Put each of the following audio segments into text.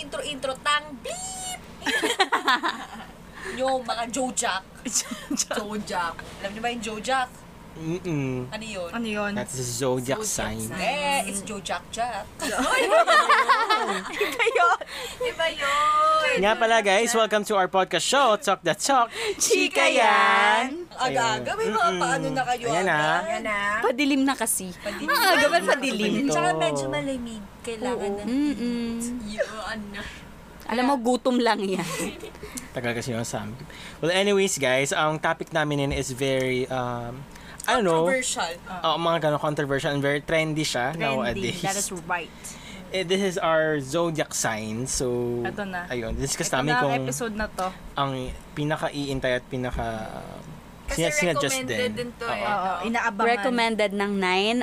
intro-intro, tang, bleep! Yo, mga Jojack. Jojack. Alam niyo ba yung Jojack? Mm-mm. Ano yun? Ano yun? That's a zodiac, sign. Eh, it's Jojack Jack. Iba yun. Diba yun? Nga pala guys, welcome to our podcast show, Talk the Talk. Chika yan. Ang Aga-aga, may mga Mm-mm. paano na kayo Ayan agad. ah. Ayan na. Padilim na kasi. Padilim. Ang aga ba padilim? Ito. Tsaka medyo malamig. Kailangan na. Mm-mm. Yung ano. Alam mo, gutom lang yan. Tagal kasi yung sabi. Well, anyways guys, ang topic namin yun is very, um, I don't know, Commercial. Ah. oh, mga ganun controversial and very trendy siya nowadays. That is right. Eh, this is our zodiac sign. So, Ito na. ayun, discuss Ito namin na ang kung episode na to. ang pinaka-iintay at pinaka... Kasi recommended din. to Oo. eh. Oo, inaabangan. Recommended ng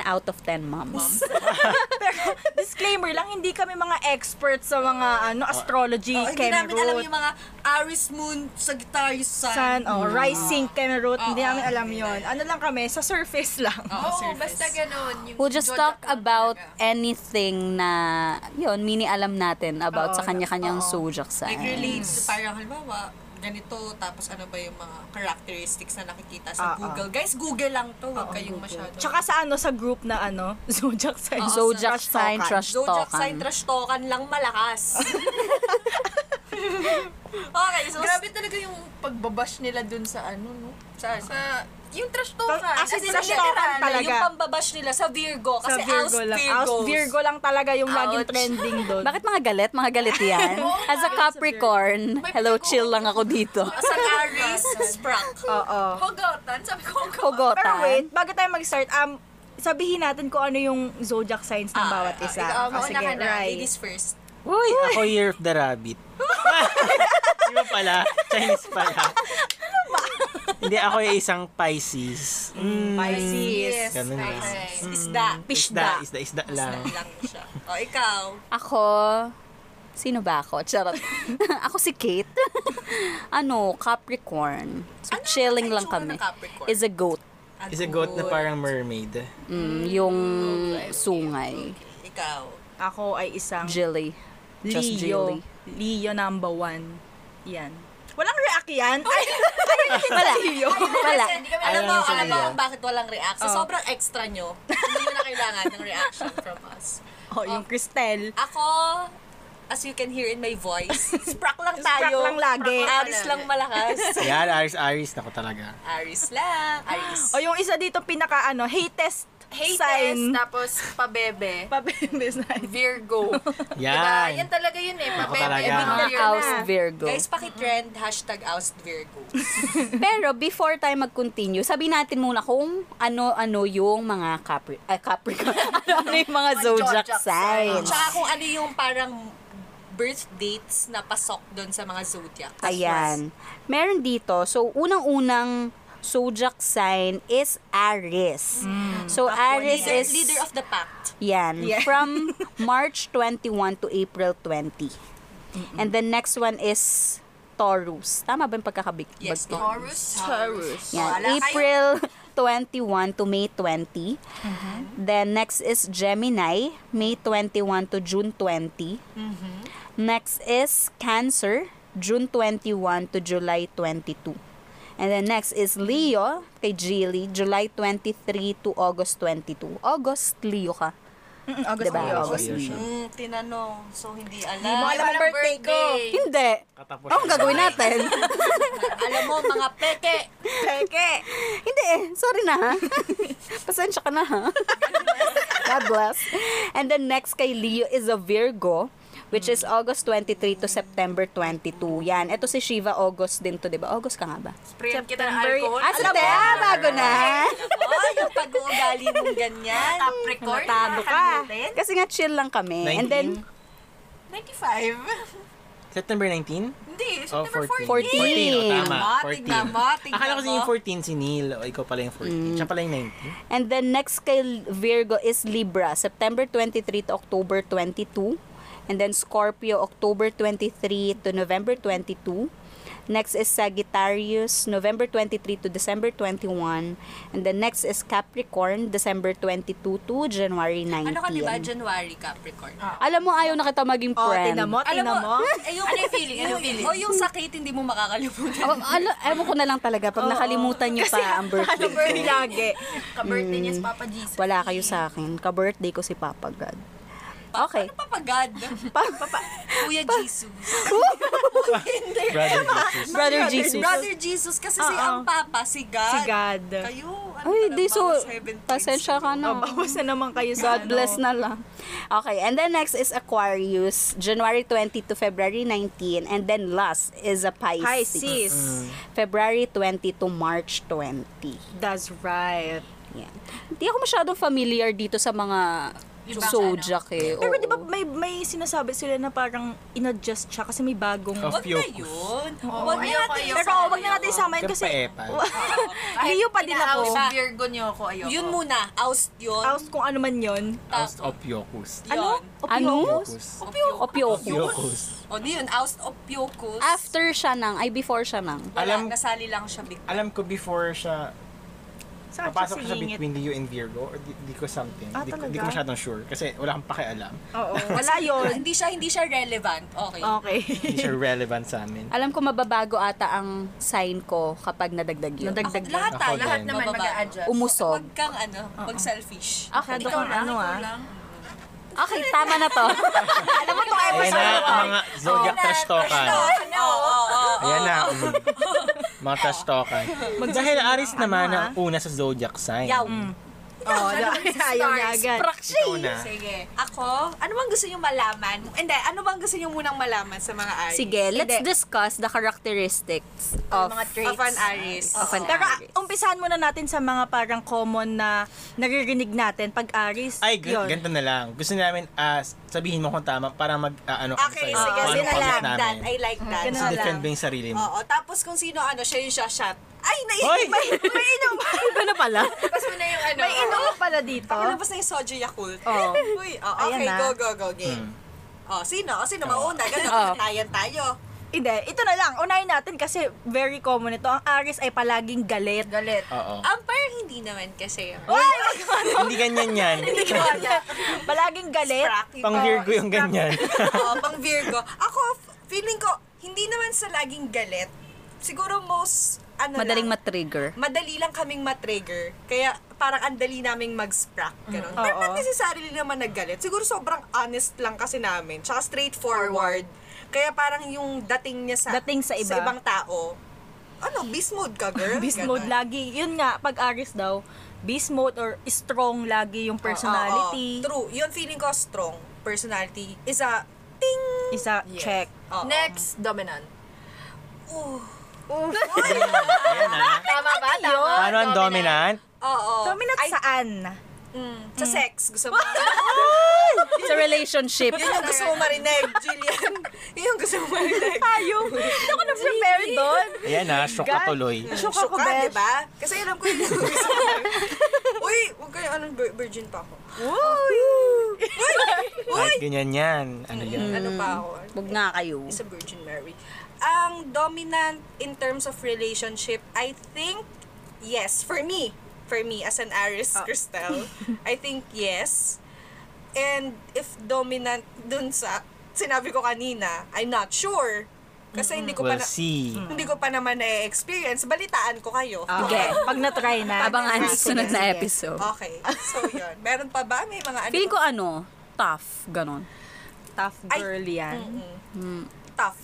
9 out of 10 moms. Pero disclaimer lang, hindi kami mga experts sa mga ano astrology, Oh, hindi Chem namin alam root, yung mga Aries Moon, Sagittarius Sun. Sun, Mm. oh, rising, Chem root, hindi Oo, namin alam hindi yon. Ano lang kami, sa surface lang. Oo, surface. basta ganun. We'll just talk about anything na, yun, mini alam natin Oo, about Oh, sa kanya-kanyang oo. zodiac Like sign. relates to parang halimbawa, ganito, tapos ano ba yung mga characteristics na nakikita sa Oo. Google. Guys, Google lang to. Huwag kayong masyado. Tsaka sa ano, sa group na ano, Zodiac sign. Oo, Zodiac Trash sign, talkan. trash Zodiac sign, talkan. trash talkan lang malakas. okay, so... Grabe talaga yung pagbabash nila dun sa ano, no? Sa, sa yung trash talk. As Kasi in, trash talkan literal na, talaga. Yung pambabash nila sa Virgo. Sa Kasi Virgo Virgo lang. Virgos. Aus Virgo lang talaga yung laging Ouch. trending doon. Bakit mga galit? Mga galit yan? Oh, As a Capricorn, hello, chill lang ako dito. As an Aries, Sprung. Oo. Hogotan, sabi ko hogotan. Pero wait, Kogotan. bago tayo mag-start, um, sabihin natin kung ano yung zodiac signs ng Ah, bawat ah, isa. Ikaw, Oh, mauna sige, ka na. right. Ladies first. Uy, ako Year of the Rabbit. Di ba pala? Chinese pala. Hindi, ako yung isang Pisces. Mm, Pisces. Ganun lang. Mm. Okay. Isda. Isda, isda, isda lang. Isda lang siya. O, ikaw. Ako, sino ba ako? Charot. ako si Kate. ano, Capricorn. So, Ano chilling ang lang itsura kami. ng Capricorn? Is a goat. Is a goat na parang mermaid. Mm, yung sungay. Ikaw. Ako ay isang Jilly. Leo. Just Jilly. Leo number one. Yan. Walang react yan. Ay, Wala. Wala. Kasi hindi kami alam Alam mo, mo siya alam mo nila. kung bakit walang reaction. Oh. Sobrang extra nyo. Hindi nyo na kailangan ng reaction from us. oh, yung Cristel. Ako, as you can hear in my voice, sprak lang Sprak tayo. lang lagi. Aris lang malakas. Yan, Aris, Aris. Ako talaga. Aris lang. Aris. O Oh, yung isa dito pinaka ano, hatest Haters, sign. tapos pabebe. Pabebe sign. Virgo. Diba? Yan Yan. talaga yun eh. Pabebe. talaga. every Mga year na. House Virgo. Guys, pakitrend, hashtag oust Virgo. Pero before tayo mag-continue, sabi natin muna kung ano-ano yung mga Capri ah, Capricorn. ano-ano yung mga zodiac zodiac signs. Tsaka kung ano yung parang birth dates na pasok doon sa mga zodiac. Ayan. Meron dito. So, unang-unang zodiac sign is Aries. So, Aries Leader, is... leader of the pact. Yan. Yeah. From March 21 to April 20. And the next one is Taurus. Tama ba yung pagkakabig? Yes, bag- Taurus. Taurus. Yan. Wala kayo. April 21 to May 20. Mm-hmm. Then next is Gemini, May 21 to June 20. Mm-hmm. Next is Cancer, June 21 to July 22. And then next is Leo, kay Jilly, July 23 to August 22. August, Leo ka. Mm, August Diba? Leo. August. Mm, tinanong. So, hindi alam. Hindi mo alam ang Parang birthday ko. Hindi. Katapos Anong gagawin natin? alam mo, mga peke. Peke. Hindi eh. Sorry na ha. Pasensya ka na ha. God bless. And then next kay Leo is a Virgo which is August 23 to September 22. Yan. Ito si Shiva August din to, di ba? August ka nga ba? Sprayan kita ng September- alcohol. Ah, Alam September! mo, Ah, bago na! Oh, yung pag-uugali mong ganyan. Capricorn. Natado Ano ka. diba? Kasi nga chill lang kami. And then, 95. September 19? Hindi, Oh, September 14. 14, 14. oh, tama. Tingnan mo, 14. tingnan Akala ko mo. yung 14 si Neil. O, ikaw pala yung 14. Siya pala yung 19. and then next kay Virgo is Libra. September 23 to October 22. And then Scorpio, October 23 to November 22. Next is Sagittarius, November 23 to December 21. And then next is Capricorn, December 22 to January 19. Ano ka, di ba? January, Capricorn. Alam mo, ayaw na kita maging Oh, friend. tinan mo, Alam tinan mo. mo, eh, yung, ano yung feeling? Ano yung feeling? O yung sakit, hindi mo makakalimutan. Oh, alo- ewan ko na lang talaga pag nakalimutan niyo pa ang birthday ano? ko. Birthday lagi. Ka-birthday niya si Papa Jesus. Wala kayo sa akin. Ka-birthday ko si Papa God. Okay. Ano pa pa God? Kuya Jesus. Brother Jesus. Brother Jesus. Brother Jesus, kasi si Oo. ang Papa, si God. Si God. Kayo, ano Ay, ka di na, so, bawas heaven things. pasensya ka Oh, na. bawas na naman kayo sa ano. God bless na lang. Okay, and then next is Aquarius, January 20 to February 19. And then last is a Pisces. Pisces. February 20 to March 20. That's right. Yan. Hindi ako masyadong familiar dito sa mga Ibang zodiac eh. Pero Oo. di ba may, may sinasabi sila na parang inadjust siya kasi may bagong... Of Huwag na Focus. yun. Oo, Huwag na ayoko, natin. ayoko. Pero wag na natin isama yun kasi... Kasi pa Leo pa din ako. Inaawit Virgo niyo ako, ayoko. Yun muna, oust yun. House kung ano man yun. House of Yokus. Yun. Ano? Ano? Yokus. Opioku. Yokus. O di yun, oust of Piokus. After siya nang, ay before siya nang. Wala, Alam- nasali lang siya big. Alam ko before siya, Saan papasok siya siya singit? between Leo and Virgo or di, di ko something. Ah, di, ko, talaga? di ko masyadong sure kasi wala akong pakialam. Oo, wala yun. Hindi siya, hindi siya relevant. Okay. Okay. Hindi siya relevant sa amin. Alam ko mababago ata ang sign ko kapag nadagdag yun. Ako, Nadagdag lahat Ako tayo. din. Lahat naman Bababa. mag-a-adjust. Umusog. Huwag kang ano, huwag selfish. Ako, Masyado kang ano ah. okay, tama na to. Alam mo to Ayan na episode ang mga zodiac trash talkan. Ano? Oo, oo, oo. Ayan na. mm. Mga trash talkan. Dahil Aris naman ang una sa zodiac sign. Yaw. Mm. Oh, ayaw niya agad. Ikaw na. eh. Sige. Ako, ano bang gusto niyo malaman? Hindi, ano bang gusto niyo munang malaman sa mga Aries? Sige, let's discuss the characteristics of, mga Of an Aries. of an Pero Aries. ah, umpisahan muna natin sa mga parang common na naririnig natin pag Aries. Ay, g- yun. ganito na lang. Gusto namin, ah, sabihin mo kung tama para mag, ah, ano ka Okay, sa'yo. sige. Kung sige anong na comment lang. That, namin. I like that. So, Ganun na lang. defend mo yung sarili mo. Oo, tapos kung sino ano, siya yung shashat. Ay, Hoy! naiinom. May, may inom. Iba na pala. Tapos mo na yung ano. May inom ka pala dito. Pakalabas na yung soju Yakult. Oo. Uy, oh, Ayan okay, na. go, go, go, game. Hmm. Oh, sino? O, sino mauna? Ganun, Oo. tayan tayo. Hindi, ito na lang. Unahin natin kasi very common ito. Ang Aries ay palaging galit. Galit. Oo. Ang Um, parang hindi naman kasi. Hindi ganyan yan. palaging galit. Pang Virgo yung ganyan. Oo, pang Virgo. Ako, f- feeling ko, hindi naman sa laging galit. Siguro most, ano Madaling lang, matrigger. madali lang kaming matrigger. Kaya parang ang dali naming mag-sprack. Ganun. Pero Mm-hmm. Oo. not necessarily naman naggalit. Siguro sobrang honest lang kasi namin. Tsaka straightforward. Kaya parang yung dating niya sa, Dating sa iba. ibang tao. Ano, beast mode ka, girl? Beast Ganun. mode lagi. Yun nga, pag Aries daw, beast mode or strong lagi yung personality. Oo, oo. True. Yun feeling ko strong personality is a ting. Isa, check. Oo. Next, dominant. Ayan ah. Tama ba? Tama. Paano ang dominant? Oo. Dominant saan? Mm. Sa sex. Gusto mo. Sa relationship. Yun yung gusto mo marinig, Jillian. Yun yung gusto mo marinig. Ayaw. Hindi ako na-prepare doon. Ayan ah, shock ka tuloy. Shock ako, Shock ka, besh. di ba? diba? Kasi alam ko yun yung gusto mo. Uy, huwag kayo, anong vir- virgin pa ako. Uy! Kahit ganyan yan. Ano Mm. yan? Ano pa ako? Huwag nga kayo. Isa Virgin Mary. Ang dominant in terms of relationship, I think, yes. For me, for me, as an Aries Cristel, I think yes. And if dominant dun sa sinabi ko kanina, I'm not sure. Kasi hindi ko Mm. pa We'll na, see. hindi ko pa naman na-experience. Balitaan ko kayo. Sige, pag na-try na. Abangan sa sunod na Sige. episode. Okay. So, yun. Meron pa ba? May mga ano? Feeling ko ano, tough, ganon. Tough Ay. mm, girl yan. Tough.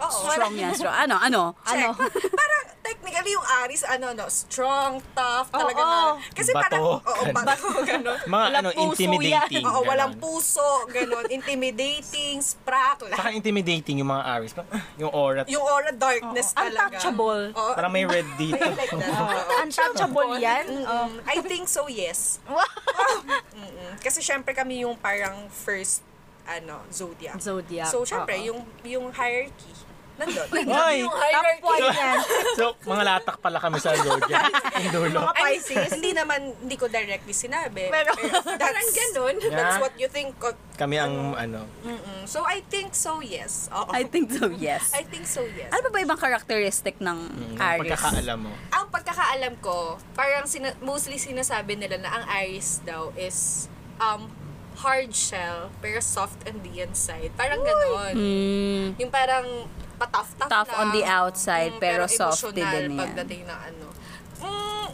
Oo. Strong yan, strong. Ano, ano? Check. Ano? parang technically yung Aries, ano, no, strong, tough, talaga Oo. na. Kasi Bato. parang, oo, bato, ganun. Mga Walang ano, puso intimidating. Oo, walang ganun. puso, ganun. Intimidating, sprack, Saka lahat. intimidating yung mga Aries. Parang, ah, Yung aura. Yung aura darkness Oo, talaga. untouchable. Oo, Parang may red dito. I like that. Oo. Untouchable yan. Mm, I think so, yes. Mm-mm. Kasi syempre kami yung parang first, ano, zodiac. Zodiac. So, syempre, oo. yung, yung hierarchy. Nandun. Hoy! Yung Top hierarchy. point yan. So, mga latak pala kami sa Zodiac. Ang dulo. Mga Ay, Pisces. hindi naman, hindi ko directly sinabi. Pero- parang ganun. Yeah. That's what you think. of- Kami ang ano. Mm-mm. So, I think so, yes. Oo. I think so, yes. I think so, yes. Ano ba ba ibang characteristic ng mm, Aries? Pagkakaalam mo. ang pagkakaalam ko, parang sina- mostly sinasabi nila na ang Aries daw is um hard shell pero soft on the inside. Parang gano'n. Mm, Yung parang patough-tough Tough lang. on the outside, pero soft din emotional yan. pagdating ng ano. Mm,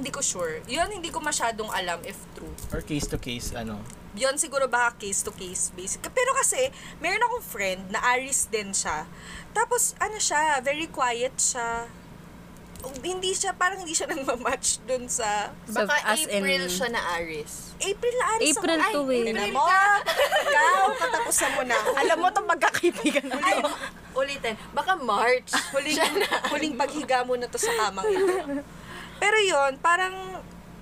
hindi ko sure. Yun, hindi ko masyadong alam if true. Or case to case, ano. Yun siguro baka case to case basic. Pero kasi, meron akong friend na Aries din siya. Tapos, ano siya, very quiet siya. Hindi siya, parang hindi siya nagmamatch dun sa... So, Baka as in- April siya na Aris. April na Aries April ako. to eh. April ka! Ikaw, katapusan mo na. ako. Alam mo itong magkakaibigan mo. Ay, ulitin. Baka March. Huling, siya na. huling paghiga mo na to sa kamang ito. Pero yon parang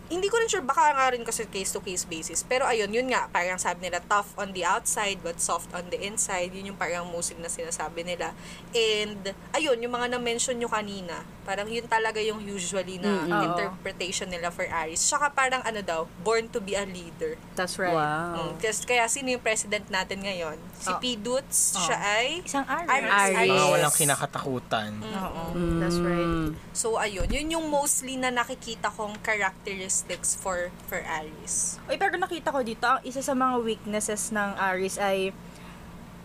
hindi ko rin sure, baka nga rin kasi case-to-case basis. Pero ayun, yun nga, parang sabi nila, tough on the outside but soft on the inside. Yun yung parang musig na sinasabi nila. And ayun, yung mga na-mention nyo kanina, parang yun talaga yung usually na oo. interpretation nila for Aries. Tsaka parang ano daw, born to be a leader. That's Wow. Mm, Kasi, kaya sino yung president natin ngayon? Si Oh. P. Dutz, siya ay... Isang Aries. Aries. Aries. Mga walang kinakatakutan. Oo, that's Mm. right. So ayun, yun yung mostly na nakikita kong characteristics for for Aries. Uy, pero nakita ko dito, ang isa sa mga weaknesses ng Aries ay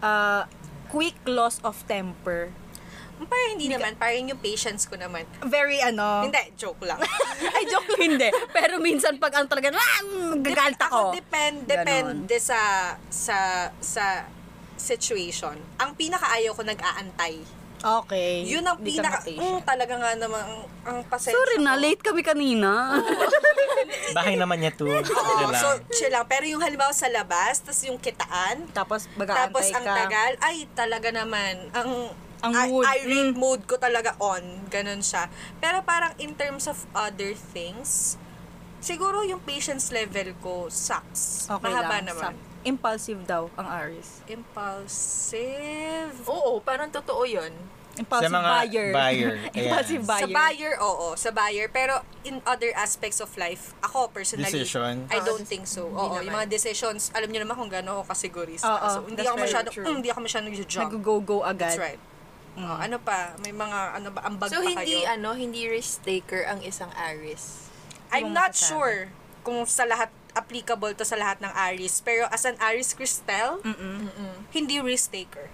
uh, quick loss of temper. Parang hindi naman, parang yung patience ko naman. Very ano. Hindi, joke lang. Ay, joke. Hindi. Pero minsan pag ang talaga, lang, gagalit ako. Ako depend, Ganon. depende sa sa sa situation. Ang pinakaayaw ko nag-aantay. Okay. Yun ang Eh, Hindi ka pinaka ma-patient. mm, talaga nga naman ang, ang pasensya. Sorry na, ko. late kami kanina. Bahay naman niya to. Oo, Ganun lang. so chill lang. Pero yung halimbawa sa labas, tas yung kitaan, Tapos Tapos mag-aantay ang ka. tagal, ay talaga naman, ang Ang I- mood, Mm. irate mood ko talaga on. Ganon siya. Pero parang in terms of other things, siguro yung patience level ko sucks. Okay Mahaba lang. naman. Sa- Impulsive daw ang Aries. Impulsive. Oo, parang totoo yun. Impulsive Sa mga buyer. buyer, ayan. Impulsive buyer. Sa buyer, oo. Sa buyer. Pero in other aspects of life, ako personally, Decision. I don't think so. Oo, naman. yung mga decisions, alam niyo naman kung gaano ako kasigurista. Oo, so, hindi that's ako very masyadong, true. mm, hindi ako masyadong jump. Nag-go-go agad. That's right. Oh, ano pa? May mga, ano ba, ambag Mm. So, pa hindi, kayo? ano, hindi risk taker ang isang Aris. I'm Yung not masasabi. sure kung sa lahat applicable to sa lahat ng Aries. Pero as an Aries Cristel, hindi risk taker.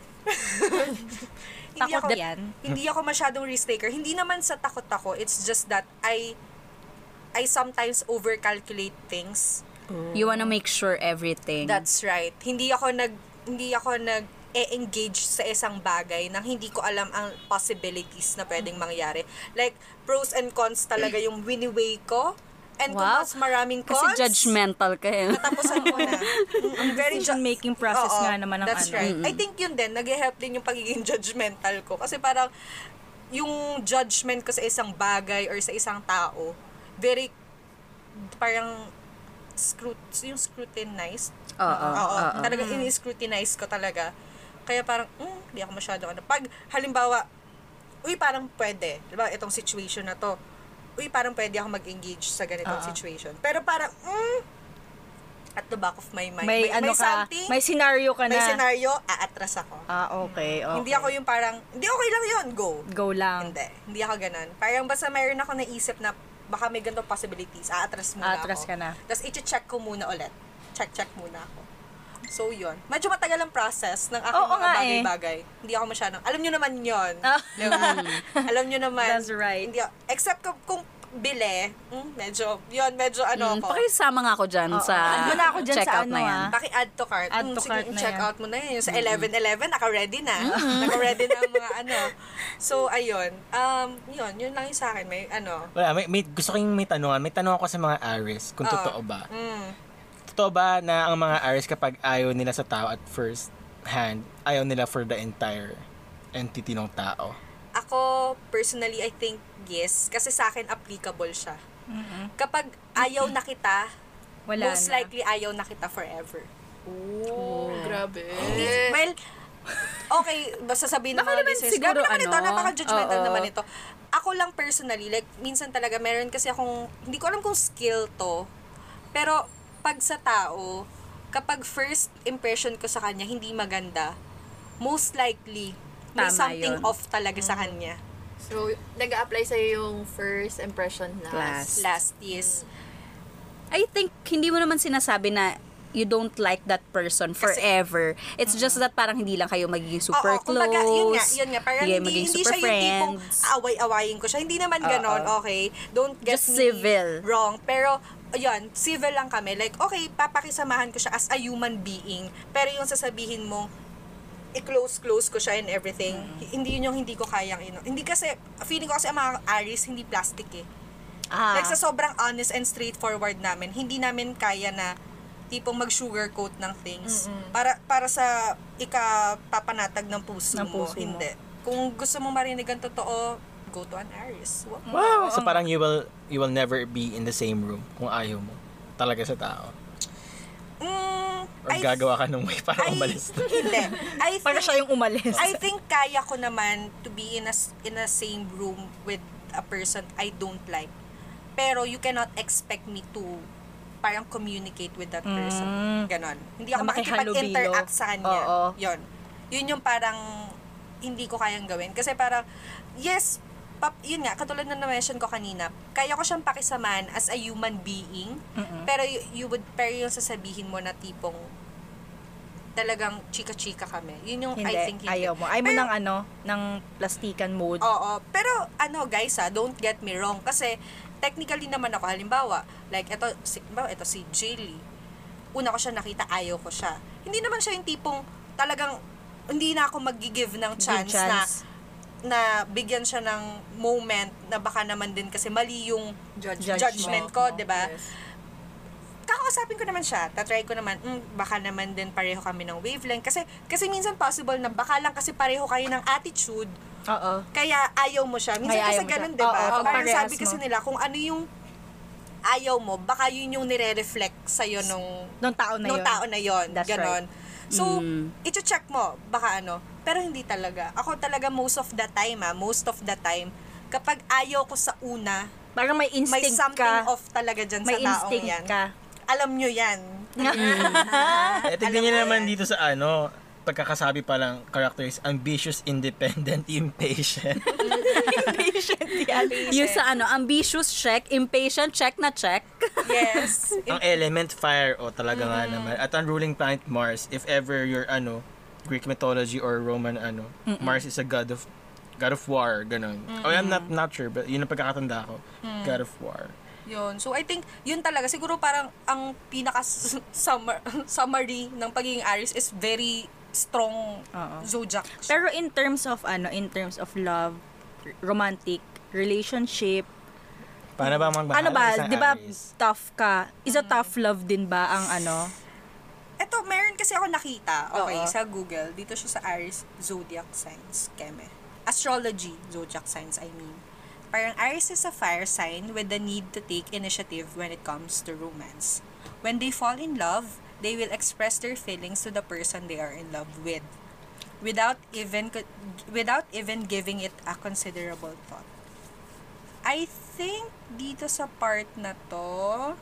hindi Takot ako, yan. Hindi ako masyadong risk taker. Hindi naman sa takot ako. It's just that I I sometimes overcalculate things. You wanna make sure Mm. everything. That's right. Hindi ako nag hindi ako nag engage sa isang bagay nang hindi ko alam ang possibilities na pwedeng mangyari. Like pros and cons talaga yung wini-weigh ko. And kung Wow. mas maraming cons, Kasi judgmental ka eh. Tapusan ko na. Mm, I'm very ju- Decision-making process Oo, nga naman ang that's ano. right. I think yun din, nag-help din yung pagiging judgmental ko. Kasi parang, yung judgment ko sa isang bagay or sa isang tao, very, parang, scrut yung scrutinized. Oo, oo, oo. Talaga, Mm. in-scrutinize ko talaga. Kaya parang, mm, hindi ako masyado ano. Pag, halimbawa, uy, parang pwede. Diba, itong situation na to, uy, parang pwede ako mag-engage sa ganitong situation. Pero parang, mm, at the back of my mind. May, ano ka, something, may scenario ka may na. scenario, aatras ako. ah, okay, okay. Hindi ako yung parang, hindi okay lang yun, go. Go lang. Hindi, hindi ako ganun. Parang basta mayroon ako naisip na baka may ganitong possibilities, aatras muna Aatras ako. ka na. Tapos iti-check ko muna ulit. Check-check muna ako. So, yun. Medyo matagal ang process ng aking Oo mga nga eh. bagay-bagay. Hindi ako masyadong, alam nyo naman yon Ah. alam nyo naman. That's right. Hindi, ako- except kung, kung bili, mm, medyo, yun, medyo ano Hmm, Mm, ko. pakisama nga ako dyan sa Add mo na ako dyan sa checkout ano, na yan. ah. Paki-add to cart. Mm, Add to sige, cart na check yan. out mo na yun. Yung Sa 11-11, naka-ready na. Naka-ready na ang mga ano. So, ayun. Um, yun, yun lang yung sa akin. May ano. Wala, may, may, gusto kong may tanungan. May tanong ako sa mga Aries kung Oo. totoo ba. Mm. Totoo ba na ang mga Aries kapag ayaw nila sa tao at first hand, ayaw nila for the entire entity ng tao? Ako, personally, I think yes. Kasi sa akin, applicable siya. Kapag ayaw na kita, Wala most na. likely ayaw na kita forever. Oh, grabe. Well, okay, basta sabihin ng Baka mga naman listeners, siguro grabe naman ito, ano, napaka-judgmental oo. naman ito. Ako lang personally, like, minsan talaga meron kasi akong, hindi ko alam kung skill to, pero pag sa tao, kapag first impression ko sa kanya, hindi maganda, most likely, may Tama something yun. off talaga Mm. sa kanya. So, nag-a-apply sa'yo yung first impression Class. last. Last, yes. Mm. I think hindi mo naman sinasabi na you don't like that person forever. It's just that parang hindi lang kayo magiging super Oo, kumbaga, close. yun nga, yun nga. Parang hindi kayo hindi, magiging hindi super siya yung tipong friends. away-awayin ko siya. Hindi naman ganon, okay? Don't get Just me civil. wrong. Pero, yun, civil lang kami. Like, okay, papakisamahan ko siya as a human being. Pero yung sasabihin mong, i-close-close ko siya and everything, h- hindi yun yung hindi ko kayang, ino. Hindi kasi, feeling ko kasi ang mga Aries, hindi plastic eh. Ah, Like, sa sobrang honest and straightforward namin, hindi namin kaya na tipong mag-sugarcoat ng things para para sa ikapapanatag ng puso, Ng puso mo. mo. Hindi. Kung gusto mong marinig ang totoo, go to an Aries. Wa- Wow! So parang you will you will never be in the same room kung ayaw mo talaga sa tao. Mm, Or I- gagawa ka ng way para I- umalis. Hindi. I think, Para siya yung umalis. I think kaya ko naman to be in a, s- in a same room with a person I don't like. Pero you cannot expect me to parang communicate with that person. Ganon. Hindi Mm. ako Na makihalubilo. makikipag-interact sa kanya. Oo. Yun. Yun yung parang hindi ko kayang gawin. Kasi parang, yes, pap, yun nga, katulad na na-mention ko kanina, kaya ko siyang pakisaman as a human being, pero y- you would, pero yung sasabihin mo na tipong talagang chika-chika kami. Yun yung hindi, Oh, I think hindi. ayaw mo. Ayaw mo Pero- Oh, ng ano, ng plastikan mode. Oo. Pero ano guys ah, don't get me wrong. Kasi technically naman ako, halimbawa, like ito, si, halimbawa, ito si Jilly. Una ko siya nakita, ayaw ko siya. Hindi naman siya yung tipong talagang hindi na ako mag-give ng chance, chance. na na bigyan siya ng moment na baka naman din kasi mali yung judgment, Judgment ko, diba? 'di ba? Yes. kakausapin ko naman siya. Tatry ko naman, mm, baka naman din pareho kami ng wavelength. Kasi, kasi minsan possible na baka lang kasi pareho kayo ng attitude. Oo. Kaya ayaw mo siya. Minsan Kaya ayaw kasi mo ganun, siya. di ba? Oo, oo, Parang parehas sabi kasi mo. nila, kung ano yung ayaw mo, baka yun yung nire-reflect sa'yo nung, Nung tao na nung yun. tao na yun. That's ganon. So, Mm. iti-check mo, baka ano. Pero hindi talaga. Ako talaga most of the time, ah, most of the time, kapag ayaw ko sa una, Parang may may instinct something ka. off talaga dyan May sa taong instinct yan. ka. Alam nyo yan. Eh, tignan niyo naman dito sa ano, pagkakasabi pa lang character is ambitious, independent, impatient. yung sa ano, ambitious check, impatient check na check. Yes. ang element fire o talaga nga Mm-hmm. naman at ang ruling planet Mars if ever you're ano Greek mythology or Roman ano Mars is a god of god of war ganun oh I'm not not sure but yun ang pagkakatanda ko Mm. god of war yun. So, I think, yun talaga. Siguro parang ang pinaka s- summar- summary ng pagiging Aries is very strong Oo. zodiac. Pero in terms of ano, in terms of love, r- romantic, relationship, paano ba magmahal ano ba, ng isang 'di ba Aries? tough ka? Is a Mm-hmm. tough love din ba ang ano? Ito, meron kasi ako nakita, okay, Oo. sa Google. Dito siya sa Aries Zodiac Signs, Keme. Astrology, Zodiac Signs, I mean. Parang Aries is a fire sign with the need to take initiative when it comes to romance. When they fall in love, they will express their feelings to the person they are in love with without even co- without even giving it a considerable thought. I think dito sa part na to,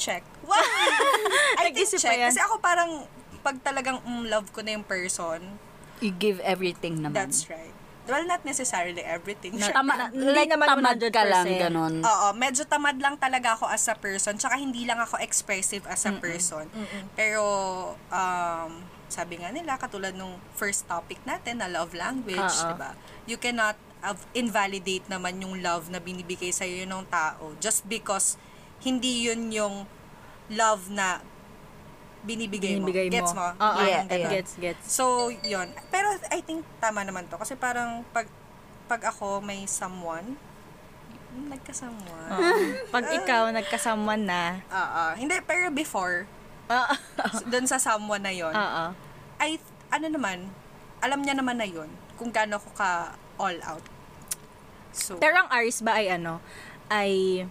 check. Wow! I think Nag-isip pa check. yan. Kasi ako parang, pag talagang mm, love ko na yung person, You give everything naman. that's right. Well, not necessarily everything. Mm. Na- Tama, Hindi like, naman tamad ka lang, 100%. ganun. Oo, medyo tamad lang talaga ako as a person. Tsaka hindi lang ako expressive as a person. Pero, um, sabi nga nila, katulad nung first topic natin na love language, Oo. diba? You cannot av- invalidate naman yung love na binibigay sa'yo ng tao just because hindi yun yung love na binibigay, Binibigay mo. Gets mo? Oo, Parang yeah, ganun. yeah. gets, gets. So, yon Pero I think tama naman to. Kasi parang pag, pag ako may someone, nagka-someone. Uh-huh. Pag ikaw nagkasamuan na, Oo. Hindi, pero before, ah, doon sa someone na yon oo. ay, ano naman, alam niya naman na yon kung gaano ko ka all out. So, Pero ang Aries ba ay ano, ay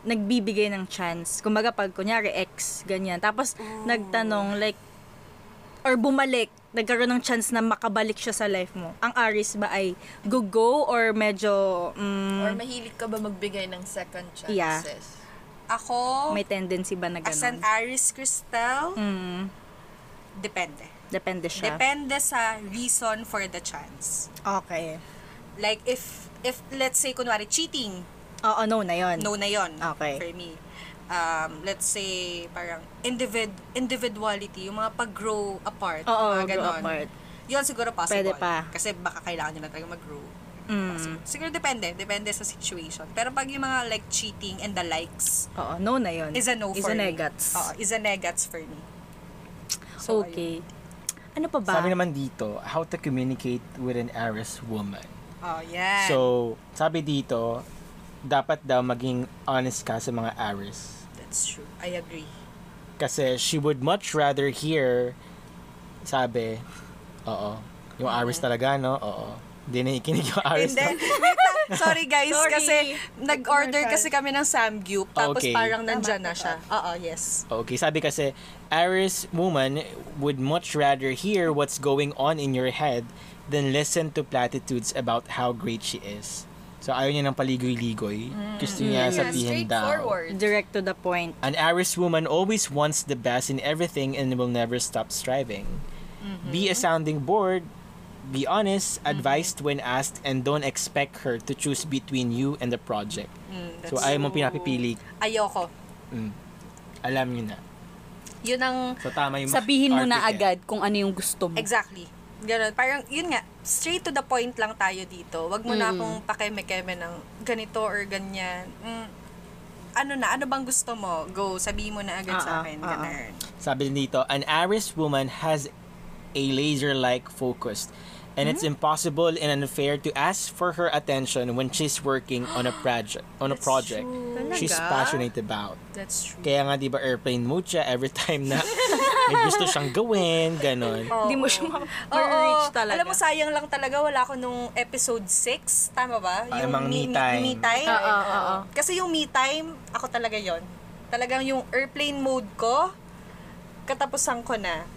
nagbibigay ng chance. Kumbaga pag kunyari ex, ganyan. Tapos nagtanong like, or bumalik nagkaroon ng chance na makabalik siya sa life mo, ang Aris ba ay go-go or medyo mm, Or mahilig ka ba magbigay ng second chances? Yeah. Ako, may tendency ba na as an ganun? Aries Crystal, Mm, depende. depende siya. Depende sa reason for the chance. okay. Like, if, if let's say, kunwari, cheating, Oo, no na yun. no na yon Okay. for me. Um, let's say, parang individ individuality, yung mga pag-grow apart, Oo, mga grow ganon. apart. Yun siguro possible. Pwede pa. Kasi baka kailangan nyo na talaga mag-grow. Mm. Siguro depende. Depende sa situation. Pero pag yung mga like cheating and the likes, Oo, no na yun. is a no Is a for me. negats. Oo, is a negats for me. okay. Ano pa ba? Sabi naman dito, how to communicate with an Aries woman. Oh, yeah. So, sabi dito, dapat daw maging honest ka sa mga Aries. That's true. I agree. Kasi she would much rather hear, sabi, oo, yung Aris talaga, no? Oo. Hindi na ikinig yung Aris. And then, wait lang. sorry guys, Sorry. kasi nag-order kasi kami ng Samgyup, tapos Okay. parang nandyan na siya. Oh, Oo, yes. Okay, sabi kasi, Aris woman would much rather hear what's going on in your head than listen to platitudes about how great she is. So, ayaw niya ng paligoy-ligoy. Gusto Mm, niya sabihin daw. straightforward. Direct to the point. An Aries woman always wants the best in everything and will never stop striving. Be a sounding board. Be honest, advised when asked, and don't expect her to choose between you and the project. Mm, so, that's- ayaw mong pinapipili. Mm. Ayoko. Alam niyo na. Yun ang, So, tama yung Sabihin mo na article. agad kung ano yung gusto Mm. mo. exactly. Ganun. Parang, yun nga, straight to the point lang tayo dito. Wag mo na akong pakeme-keme ng ganito or ganyan. Mm, ano na, ano bang gusto mo? Go, sabihin mo na agad Ah, ah, sa akin. ah, ah. Ganun. Sabi dito, an Aries woman has a laser-like focus and it's impossible and unfair to ask for her attention when she's working on a project on a project she's passionate about. That's true. Kaya nga 'di ba airplane mode siya every time na may gusto siyang gawin, ganun. Hindi mo siya ma-reach talaga. Alam mo, sayang lang talaga. Wala ako nung episode 6. Tama ba? Ah, yung mga me time. Me time. Oo, oo, oo. Kasi yung me time, ako talaga yon. Talagang yung airplane mode ko, katapusan ko na.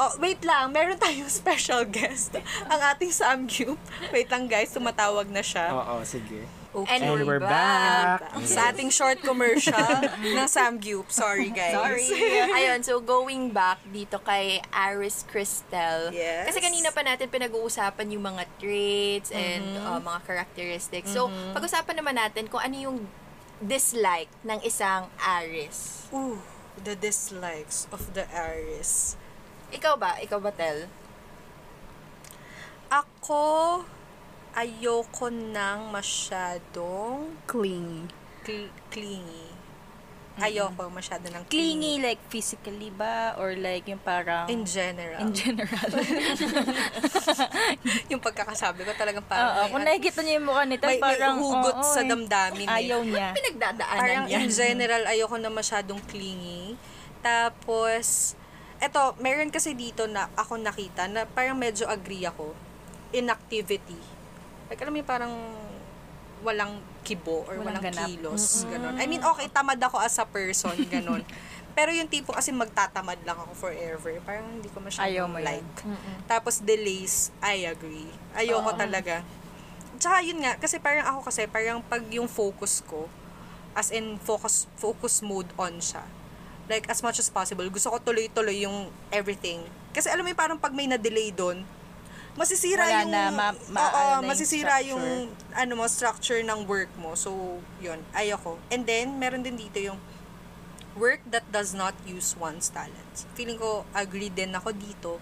Oh, wait lang. Meron tayong special guest. Ang ating Samgyup. Wait lang guys, tumatawag na siya. Oo, sige. Okay. And we're back. Sa ating short commercial ng Samgyup. Sorry guys. Sorry. Ayun, so going back dito kay Aris Cristel. Yes. Kasi kanina pa natin pinag-uusapan yung mga traits and Mm-hmm. uh, mga characteristics. So, pag-usapan naman natin kung ano yung dislike ng isang Aris. Ooh, the dislikes of the Aries. Ikaw ba? Ikaw ba, Tel? Ako, ayoko nang masyadong Clingy. cl- clingy. Ayoko masyado ng Clingy, like physically ba? Or like yung parang... In general. in general. yung pagkakasabi ko talagang Oo, parang kung may, nakikita niyo yung mukha nito, may, may parang... hugot oo, sa eh. damdamin. eh. Ayaw niya. Pinagdadaanan Parang yan. in general, ayoko na masyadong clingy. Tapos, eto, meron kasi dito na ako nakita na parang medyo agree ako. Inactivity. Like, alam mo yung parang walang kibo or walang, Walang ganap. kilos. Ganon. I mean, okay, tamad ako as a person. Ganon. Pero yung tipo kasi magtatamad lang ako forever. Parang hindi ko Ayaw masyadong mo yun. Ano, like. Tapos delays, I agree. Ayoko talaga. Tsaka yun nga, kasi parang ako kasi, parang pag yung focus ko, as in focus focus mode on siya. Like, as much as possible. Gusto ko tuloy-tuloy yung everything. Kasi alam mo yung parang pag may na-delay doon, masisira Wala yung... na, ma- ma- Oo, ano na yung masisira structure. yung ano mo, structure ng work mo. So, yun. Ayoko. And then, meron din dito yung work that does not use one's talents. Feeling ko, agree din ako dito.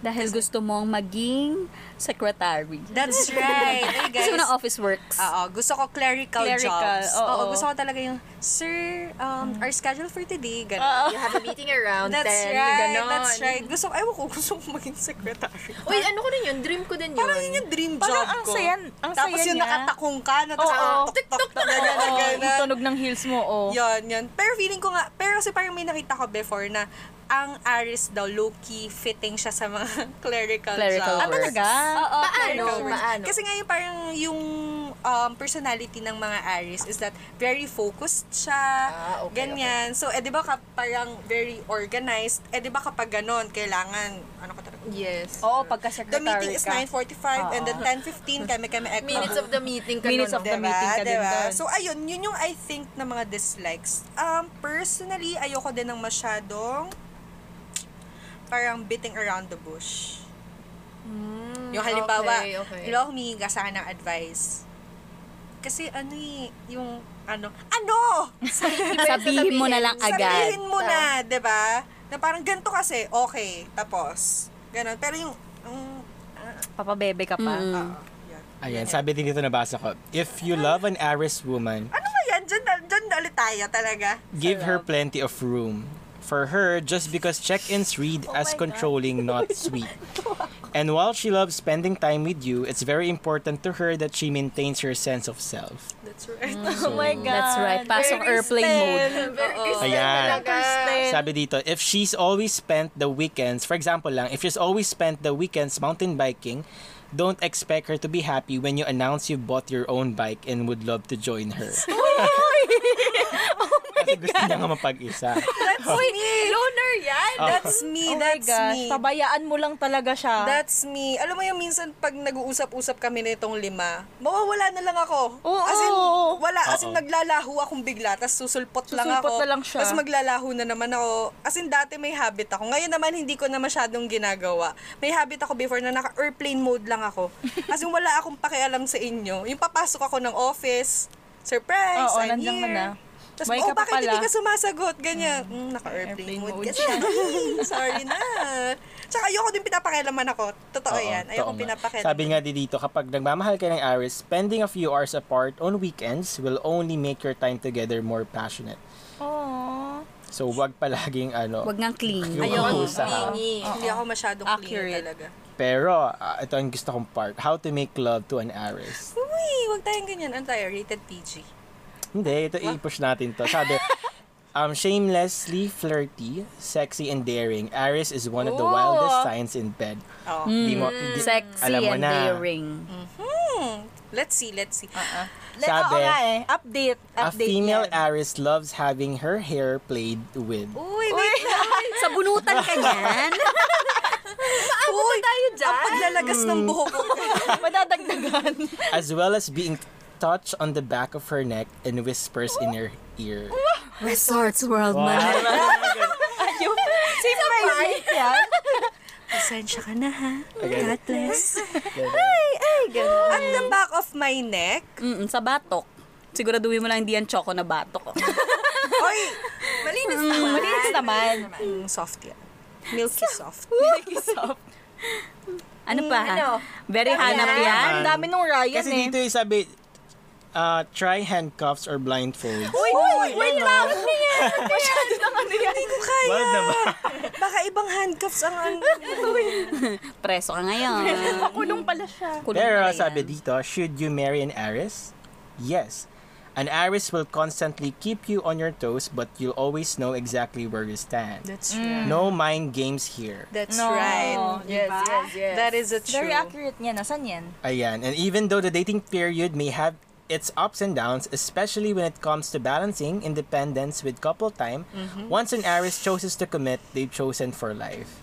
Dahil gusto mong maging secretary. That's right. Ay, Gusto guys. mo ng office works. Oo, gusto ko clerical, Clerical, jobs. oo. gusto ko talaga yung, Sir, um, our schedule for today, gano'n. You have a meeting around That's 10. right, ganon. that's right. Gusto ko, ewan ko, gusto ko maging secretary. Uy, ano ko din yun? Dream ko din yun. Parang yun yung dream job Parang ang ko. saya, ang Tapos saya yung niya. nakatakong ka, na tapos Oo. oh, tuk tuk tuk Oo, na yung tunog ng heels mo, oh. Yun, yun. Pero feeling ko nga, pero kasi parang may nakita ko before na ang Aris daw, low-key fitting siya sa mga clerical, Clerical jobs. works. Talaga? Oo, Paano? clerical works. Paano? Kasi nga yung parang yung um, personality ng mga Aries is that very focused siya, Ah, okay, ganyan. So, eh di ba ka parang very organized, eh di ba kapag ganon, kailangan, ano ka talaga, Yes. Oo, pagka The secretary meeting is ka. 9.45 and then 10.15 kami kami ekma. Minutes of the meeting ka Minutes nun. of the meeting ka din doon. So, ayun, yun yung I think na mga dislikes. Um, personally, ayoko din ng masyadong parang beating around the bush. yung halimbawa, Mm, okay, okay. yung humingi ka sa akin ng advice. Kasi ano eh, yung ano, ano? Sabihin mo na lang agad. Sabihin mo na, di ba? Na parang ganito kasi, okay, tapos. Ganon. Pero yung, um, Papabebe ka pa. Mm. ah, yan. Ayan, sabi din dito nabasa ko. If you love an Aries woman, Ano ba yan? Diyan, na- diyan na ulit tayo talaga. give her plenty of room. For her, just because check-ins read as controlling, not sweet. And while she loves spending time with you, it's very important to her that she maintains her sense of self. That's right. Oh my God. That's right. Pasok airplane mode. Ayan. Kristen. Sabi dito, if she's always spent the weekends, for example lang, if she's always spent the weekends mountain biking, don't expect her to be happy when you announce you bought your own bike and would love to join her. Kasi gusto niya nga mapag-isa. Loner yan! That's Oh my me. that's gosh. me. Pabayaan mo lang talaga siya. That's me. Alam mo yung minsan pag nag-uusap-usap kami nitong lima, mawawala na lang ako. Oo. as in, wala. As in, Oo. naglalaho akong bigla, tapos susulpot, lang Susulpot ako. na lang siya. Tapos maglalaho na naman ako. As in, dati may habit ako. Ngayon naman, hindi ko na masyadong ginagawa. May habit ako before na naka-airplane mode lang ako. As in, wala akong pakialam sa inyo. Yung papasok ako ng office, surprise, Oo, I'm nandiyan ka here. na. Tapos, May ka oh, pa pala." bakit hindi ka sumasagot? Ganyan. Mm, Airplane naka-airplane mode. mode. Kasi, ay, sorry na. Tsaka ayoko din pinapakialaman ako. Totoo Oo, yan. totoo Ayoko nga. pinapakialaman. Sabi nga di dito, kapag nagmamahal ka ng Aries, spending a few hours apart on weekends will only make your time together more passionate. Aww. So, wag palaging ano. Wag ngang clean. Yung Ayun, kusa. clingy. Hindi ako masyadong clean Accurate. talaga. Pero, ah, ito ang gusto kong part. How to make love to an Aries. Uy, huwag tayong ganyan. Ano tayo? Rated PG. Hindi, ito i-push natin to. Sabi, um, shamelessly flirty, sexy and daring. Aries is one of the Oh. wildest signs in bed. Oh. Di mo, Hmm. di- Sexy alam mo and na. daring. Hmm. Let's see, let's see. Uh-uh. Sabi, Oo nga eh. Update. a Update female yan. Aries loves having her hair played with. Uy, wait lang. Sa bunutan ka niyan. Uy, tayo dyan. Ang paglalagas Hmm. ng buhok ko. Madadagdagan. as well as being touched on the back of her neck and whispers in her ear. Resorts World Mall. Ayun. Safe by night yan. Pasensya ka na, ha? Again, Bless. ganun. At the back of my neck. Hmm. Mm, sa batok. Siguraduhin mo lang hindi yan choco na batok. Uy, Malinis Hmm. Mm, Malinis naman. mm, soft yan. Milky soft. Ano pa? ha? Very hanap yan. Ang dami nung Ryan Um, Kasi eh. dito yung sabi, uh, try handcuffs or blindfolds. Uy, uy, uy, lawak niya. Masyado na ano yan. Hindi ko kaya. Wild na ba? Baka ibang handcuffs ang ano. Preso ka ngayon. Kulong pala siya. Kulong Pero pala yan. sabi dito, should you marry an Aries? Yes. An Aries will constantly keep you on your toes but you'll always know exactly where you stand. That's right. No mind games here. That's Mm. No. right. Yes, yes, yes. That is a true. Very accurate niya. Nasaan yan? Ayan. And even though the dating period may have its ups and downs, especially when it comes to balancing independence with couple time, once an Aries chooses to commit, they've chosen for life.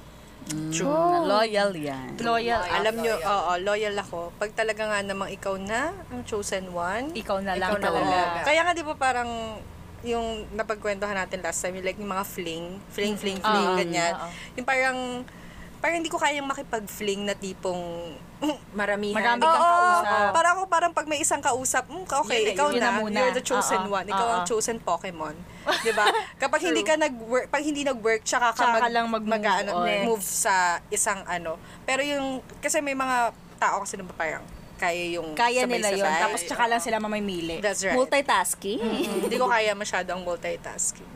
Oh. Loyal yan. Loyal. Alam nyo, oo, loyal ako. Pag talaga nga namang ikaw na ang chosen one, Ikaw na lang. ikaw na talaga. talaga. Kaya nga di ba parang yung napagkwentuhan natin last time, yung like yung mga fling, fling, fling, fling, Oo, ganyan. oo. Yung parang, parang hindi ko kayang makipag-fling na tipong, Maramihan. Marami Oo, kang kausap. parang ako parang pag may isang kausap, mm, ka- okay, Yun na, ikaw yun na, na muna. you're the chosen Oo, one. Ikaw ang oo. chosen Pokemon. 'Di ba? Kapag hindi ka nag-work, pag hindi nag-work, tsaka ka Tsaka mag, ka lang mag-move mag-ano, on. move sa isang ano. Pero yung kasi may mga tao kasi na ba parang kaya yung Kaya nila sabay-sabay. yun. Tapos tsaka lang sila mamimili. That's right. Hmm. Multitasking. Hindi ko kaya masyado ang multitasking.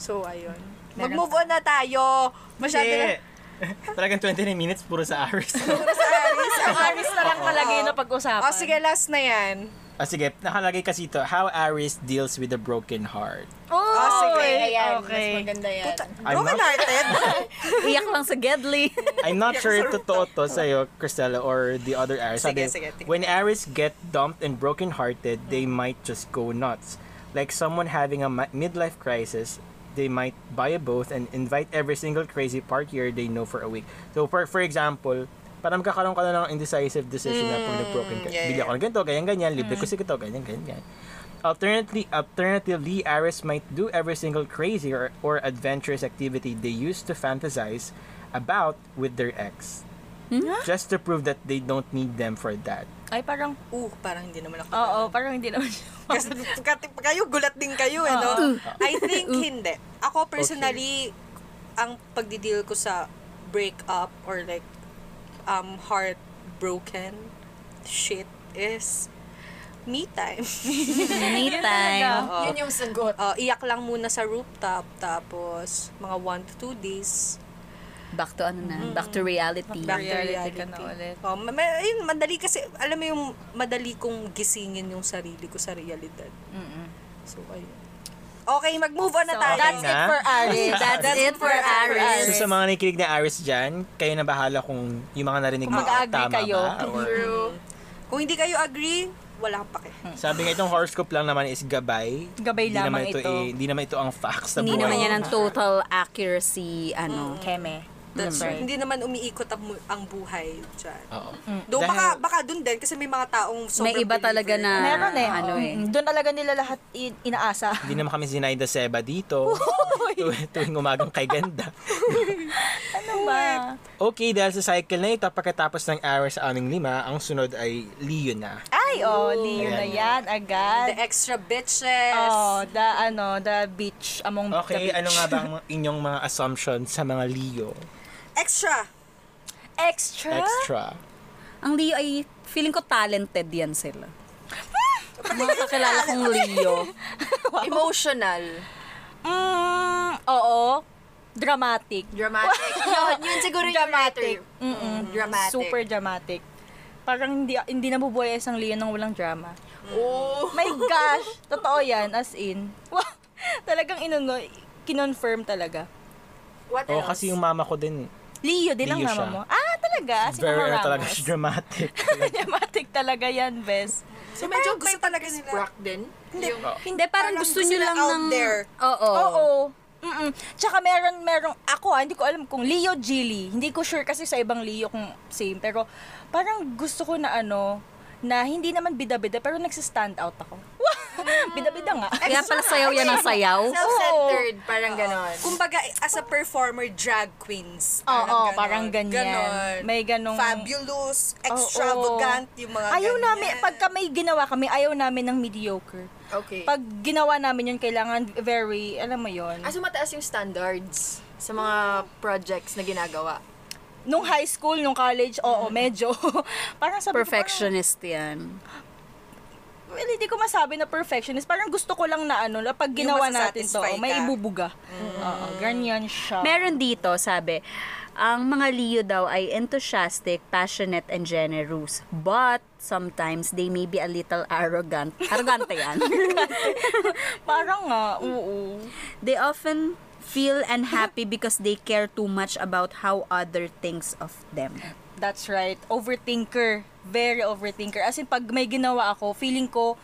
So ayun. Mag-move on na tayo. Masyado na. Hindi. Talagang 29 minutes puro sa Aries. Sa Aris. Ang aris na lang talaga yun na pag-usapan. O sige, last na yan. ah, sige, nakalagay kasi ito, how Aries deals with a broken heart. Oh, O, sige, Ayan, Okay. mas maganda yan. Puta, I'm not- broken-hearted. Oh, Iyak lang sa Gedli. I'm not sure if totoo to sa'yo, Cristela, or the other Aries. Sige, Sabi, sige, tingnan. when Aries get dumped and broken-hearted, they might just go nuts. Like someone having a mi- midlife crisis they might buy a boat and invite every single crazy partier they know for a week. So, for, for example, parang magkakaroon ka na ng indecisive decision na pag nag-broken ka. Mm, yeah, Bigla yeah. ko ng ganito, ganyan, ganyan. Libre ko si ganito, ganyan, ganyan. Alternatively, alternatively, Aris might do every single crazy or, or adventurous activity they used to fantasize about with their ex. Just to prove that they don't need them for that. Ay, parang, Uh, parang hindi naman ako. oo, parang hindi naman siya. Kasi pagka- pag kayo, gulat din kayo eh, no? I think hindi. Ako personally, ang pagdideal ko sa breakup or like um heartbroken shit is me time. Me time. Oo. Yun yung sagot. Oo, iyak lang muna sa rooftop tapos mga 1 to 2 days Back to ano na, back to reality. back to Reality reality. ka na ulit. Oo, ma- ma- ayun, madali kasi alam mo yung madali kong gisingin yung sarili ko sa realidad. So ayun. Okay, mag-move on na tayo. that's it for Aris. That's it for Aris. So, sa mga nakikinig na Aris dyan, kayo na bahala kung yung mga narinig mo mag-agree tama kayo. ba? Or, Kung hindi kayo agree, wala pa kayo. Mm-hmm. sabi nga itong horoscope lang naman is gabay. Gabay Hindi lamang naman ito. ito. eh, hindi naman ito ang facts sa Hindi buhay. naman yan ang total accuracy, ano. Keme. That's right. Hindi naman umiikot ang, mu- ang buhay dyan. Oo. Though Dahil- baka, baka dun din kasi may mga taong sobrang May iba talaga believer. na- Meron eh. ano eh. Mm, Doon talaga nila lahat in- inaasa. Hindi naman kami Zinaida Seba dito. Tu- tuwing umagang kay ganda. ano ba? Okay, dahil sa cycle na ito, pagkatapos ng hour sa aming lima, ang sunod ay Leo na. Ay, oh, Leo na yan, agad. The extra bitches. Oh, the ano, the beach among Okay, the beach. ano nga ba ang mga- inyong mga assumptions sa mga Leo? Extra. Extra? Extra. Ang Leo ay, feeling ko talented yan sila. Mga kakilala kong Leo. Emotional. Mm, oo. Dramatic. Dramatic. yun, yun siguro yung Dramatic. writer. Mm-hmm. Mm, Dramatic. Super dramatic. Parang hindi, hindi nabubuhay isang Leo nang walang drama. Mm-hmm. Oh. My gosh! Totoo yan, as in. Wow! Talagang inuno, kinonfirm talaga. What Oo, else? Oh, kasi yung mama ko din, Leo din ang Leo mama siya. mo. Ah, talaga? Si very Mama ano talaga, Ramos. dramatic. dramatic talaga yan, bes. So medyo Parang gusto may talaga sila. Brock din. Yung, Oh. Hindi, parang Parang gusto gusto nyo nila lang out ng... there. Oo. Oo. Mm-mm. Tsaka meron, merong, ako ah, hindi ko alam kung Leo Gili. Hindi ko sure kasi sa ibang Leo kung same. Pero parang gusto ko na ano, na hindi naman bida-bida, pero nagsistand out ako. bida-bida nga. Kaya pala sayaw yan ang sayaw. self-centered, parang ganon. Kumbaga, as a performer, drag queens. Oo, ganon. parang ganyan. Ganon. May ganong... Fabulous, extravagant, yung mga Ayaw ganyan. namin, pagka may ginawa kami, ayaw namin ng mediocre. Okay. Pag ginawa namin yun, kailangan very, alam mo yon Aso Ah, mataas yung standards sa mga projects na ginagawa. Nung high school, nung college, oo, medyo. parang sabi ko, parang- Perfectionist yan. well, hindi ko masabi na perfectionist. Parang gusto ko lang na ano, na pag Yung ginawa natin to, masasatisfy may ka. Mm. ibubuga. Oo, ganyan siya. Meron dito, sabi, ang mga Leo daw ay enthusiastic, passionate, and generous. But sometimes they may be a little arrogant. Arrogante yan. Parang nga, oo. they often feel unhappy because they care too much about how other thinks of them. That's right. Overthinker. Very overthinker. As in, pag may ginawa ako, feeling ko,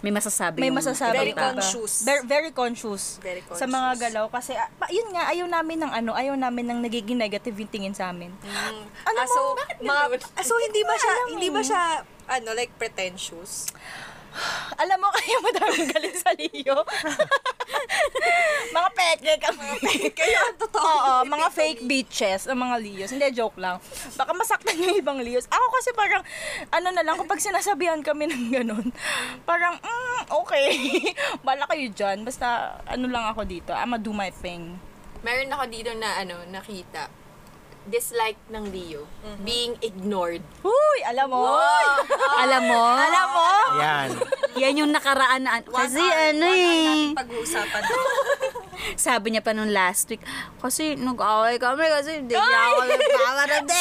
May masasabi may yung masasabi Very pa ba? conscious. Ver- very conscious. Very Sa mga conscious. galaw. Kasi, ah, pa- yun nga, ayaw namin ng ano, ayaw namin ng nagiging negative yung tingin sa amin. Ano Ah, so, mo, bakit mga- ganun? ah, so, hindi ba ko siya, alam hindi eh. ba siya, ano, like, pretentious? Alam mo, kaya madaming galit sa Leo. mga peke kami. Kaya, ang totoo. Oo, mga fake bitches ang mga Leos. Hindi, joke lang. Baka masaktan yung ibang Leos. Ako kasi parang, ano na lang, kapag sinasabihan kami ng ganun, parang, mm, okay, bala kayo dyan. Basta, ano lang ako dito, I'ma do my thing. Meron ako dito na ano, nakita. Dislike ng Leo. Being ignored. Huy, Mm-hmm. alam mo? Alam mo? Alam mo? Yan. Yan yung nakaraan na ano. Kasi ano eh. natin pag-uusapan. Sabi niya pa nung last week, kasi nag-away kami kasi hindi niya ako eh." nagpaparade.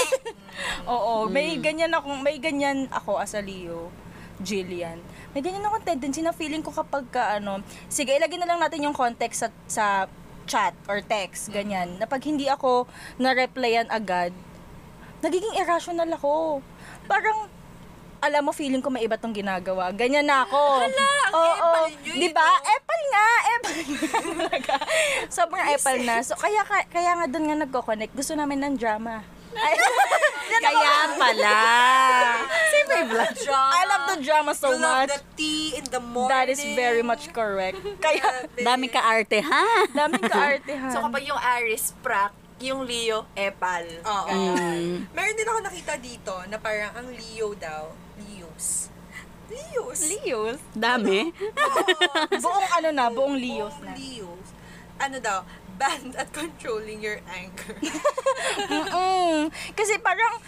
Oo, may ganyan ako, may ganyan ako as a Leo, Jillian. May ganyan akong tendency na feeling ko kapag ka, ano, sige, ilagay na lang natin yung context sa, sa chat or text, ganyan. Na pag hindi ako na-replyan agad, nagiging irrational ako. Parang, alam mo, feeling ko may iba tong ginagawa. Ganyan na ako. Hala, ang epal nyo, Di ba? Epal nga, epal nga. Talaga. so, sobrang epal na. So, kaya, ka- kaya nga doon nga nagko-connect. Gusto namin ng drama. I, Kaya pala. Drama. I love the drama so you love much. the tea in the morning. That is very much correct. Kaya, Dami ka arte, ha? daming kaartehan. So kapag yung Aris, prak, yung Leo, epal. Oo. Mm. Meron din ako nakita dito na parang ang Leo daw. Leos. Leos. Leos. Dami. Buong ano na, buong Leos Leos. na. Leos. Ano daw? Banned at controlling your anger. Mm-mm. Kasi parang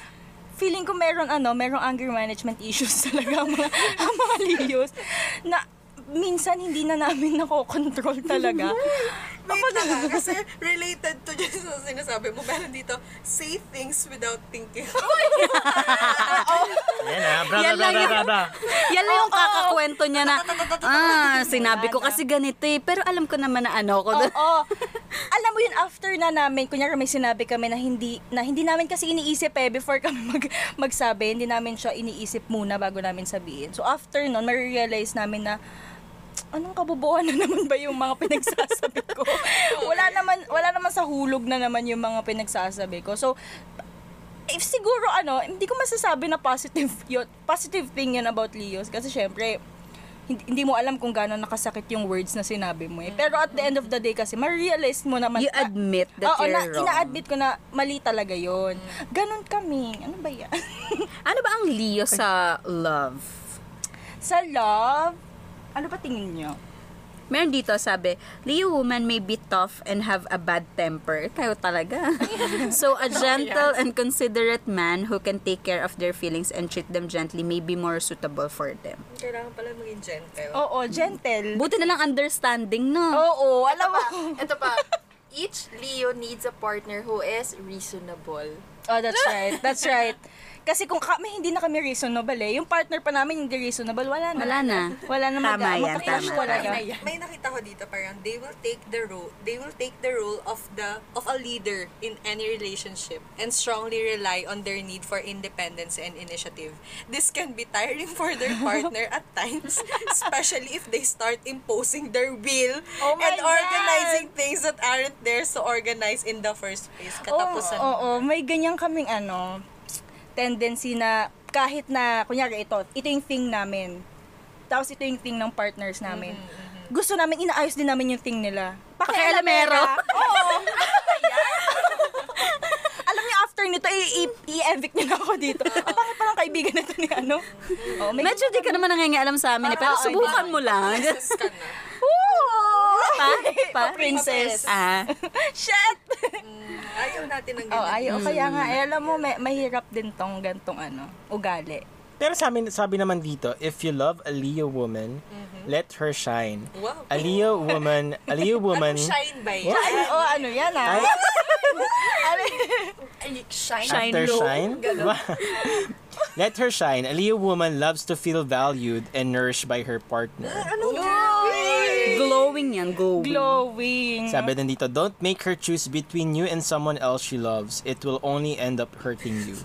feeling ko meron ano, merong anger management issues talaga ang mga, ang mga Leos na minsan hindi na namin nakokontrol talaga. Wait lang, ah, kasi related to dyan sa sinasabi mo. Meron dito, say things without thinking. Yan ah, bra, bra, Yan bra, lang bra, yun. bra, bra. Yan lang yung kakakwento niya na, ah, sinabi ko kasi ganito eh, pero alam ko naman na ano ko. Oo. Alam mo yun, after na namin, kunyari may sinabi kami na hindi, na hindi namin kasi iniisip eh, before kami mag, magsabi, hindi namin siya iniisip muna bago namin sabihin. So after nun, ma-realize namin na, anong kabobohan na naman ba yung mga pinagsasabi ko? wala naman wala naman sa hulog na naman yung mga pinagsasabi ko. So if siguro ano, hindi ko masasabi na positive yun, positive thing yun about Leos kasi syempre hindi, hindi mo alam kung gaano nakasakit yung words na sinabi mo eh. Pero at the end of the day kasi ma-realize mo naman You na- admit that Oo, you're na, wrong. ina-admit ko na mali talaga yon. Ganon kami. Ano ba yan? Ano ba ang Leo sa love? sa love, ano ba tingin nyo? Meron dito sabi, Leo woman may be tough and have a bad temper. Kayo talaga. so a gentle and considerate man who can take care of their feelings and treat them gently may be more suitable for them. Kailangan pala maging gentle. Oo, gentle. Buti na lang understanding, no? Oo, alam mo. Ito pa, each Leo needs a partner who is reasonable. Oh, that's right. That's right. Kasi kung kami hindi na kami reasonable eh, yung partner pa namin hindi reasonable, wala na. Wala na. Wala na Tama mag- yan, makapush tama, talaga. tama. May nakita ko dito parang they will take the role they will take the role of the of a leader in any relationship and strongly rely on their need for independence and initiative. This can be tiring for their partner at times, especially if they start imposing their will Oh my and God! organizing things that aren't theirs to organize in the first place. Oo, Katapusan. oo, may ganyan kaming ano, tendency na kahit na, kunyari ito, ito yung thing namin. Tapos ito yung thing ng partners namin. Gusto namin, inaayos din namin yung thing nila. Pakialamero. Oo. Alam niyo, after nito, i- i- i-evict nila ako dito. At bakit parang kaibigan na to ni ano? Oo, may Ah, Medyo di ka naman nangangialam sa amin eh, pero subukan mo lang. Princess ka na. pa? Pa? Oh. princess. Ah. Shit! Mm, Ayaw natin ng Oh, ganyan. ayo kaya nga eh, alam mo may, mahirap din tong gantong ano, ugali. Pero sa amin, sabi naman dito, if you love a Leo woman, let her shine. Wow. A Leo woman, a Leo woman, Anong shine ba yan? What? Ay, oh, ano 'yan ah? Ay. Ano- Ay, shine. Shine after low. shine, let her shine. A Leo woman loves to feel valued and nourished by her partner. ano Anong Glowing yan, glowing. glowing. Sabi din dito, don't make her choose between you and someone else she loves. It will only end up hurting you.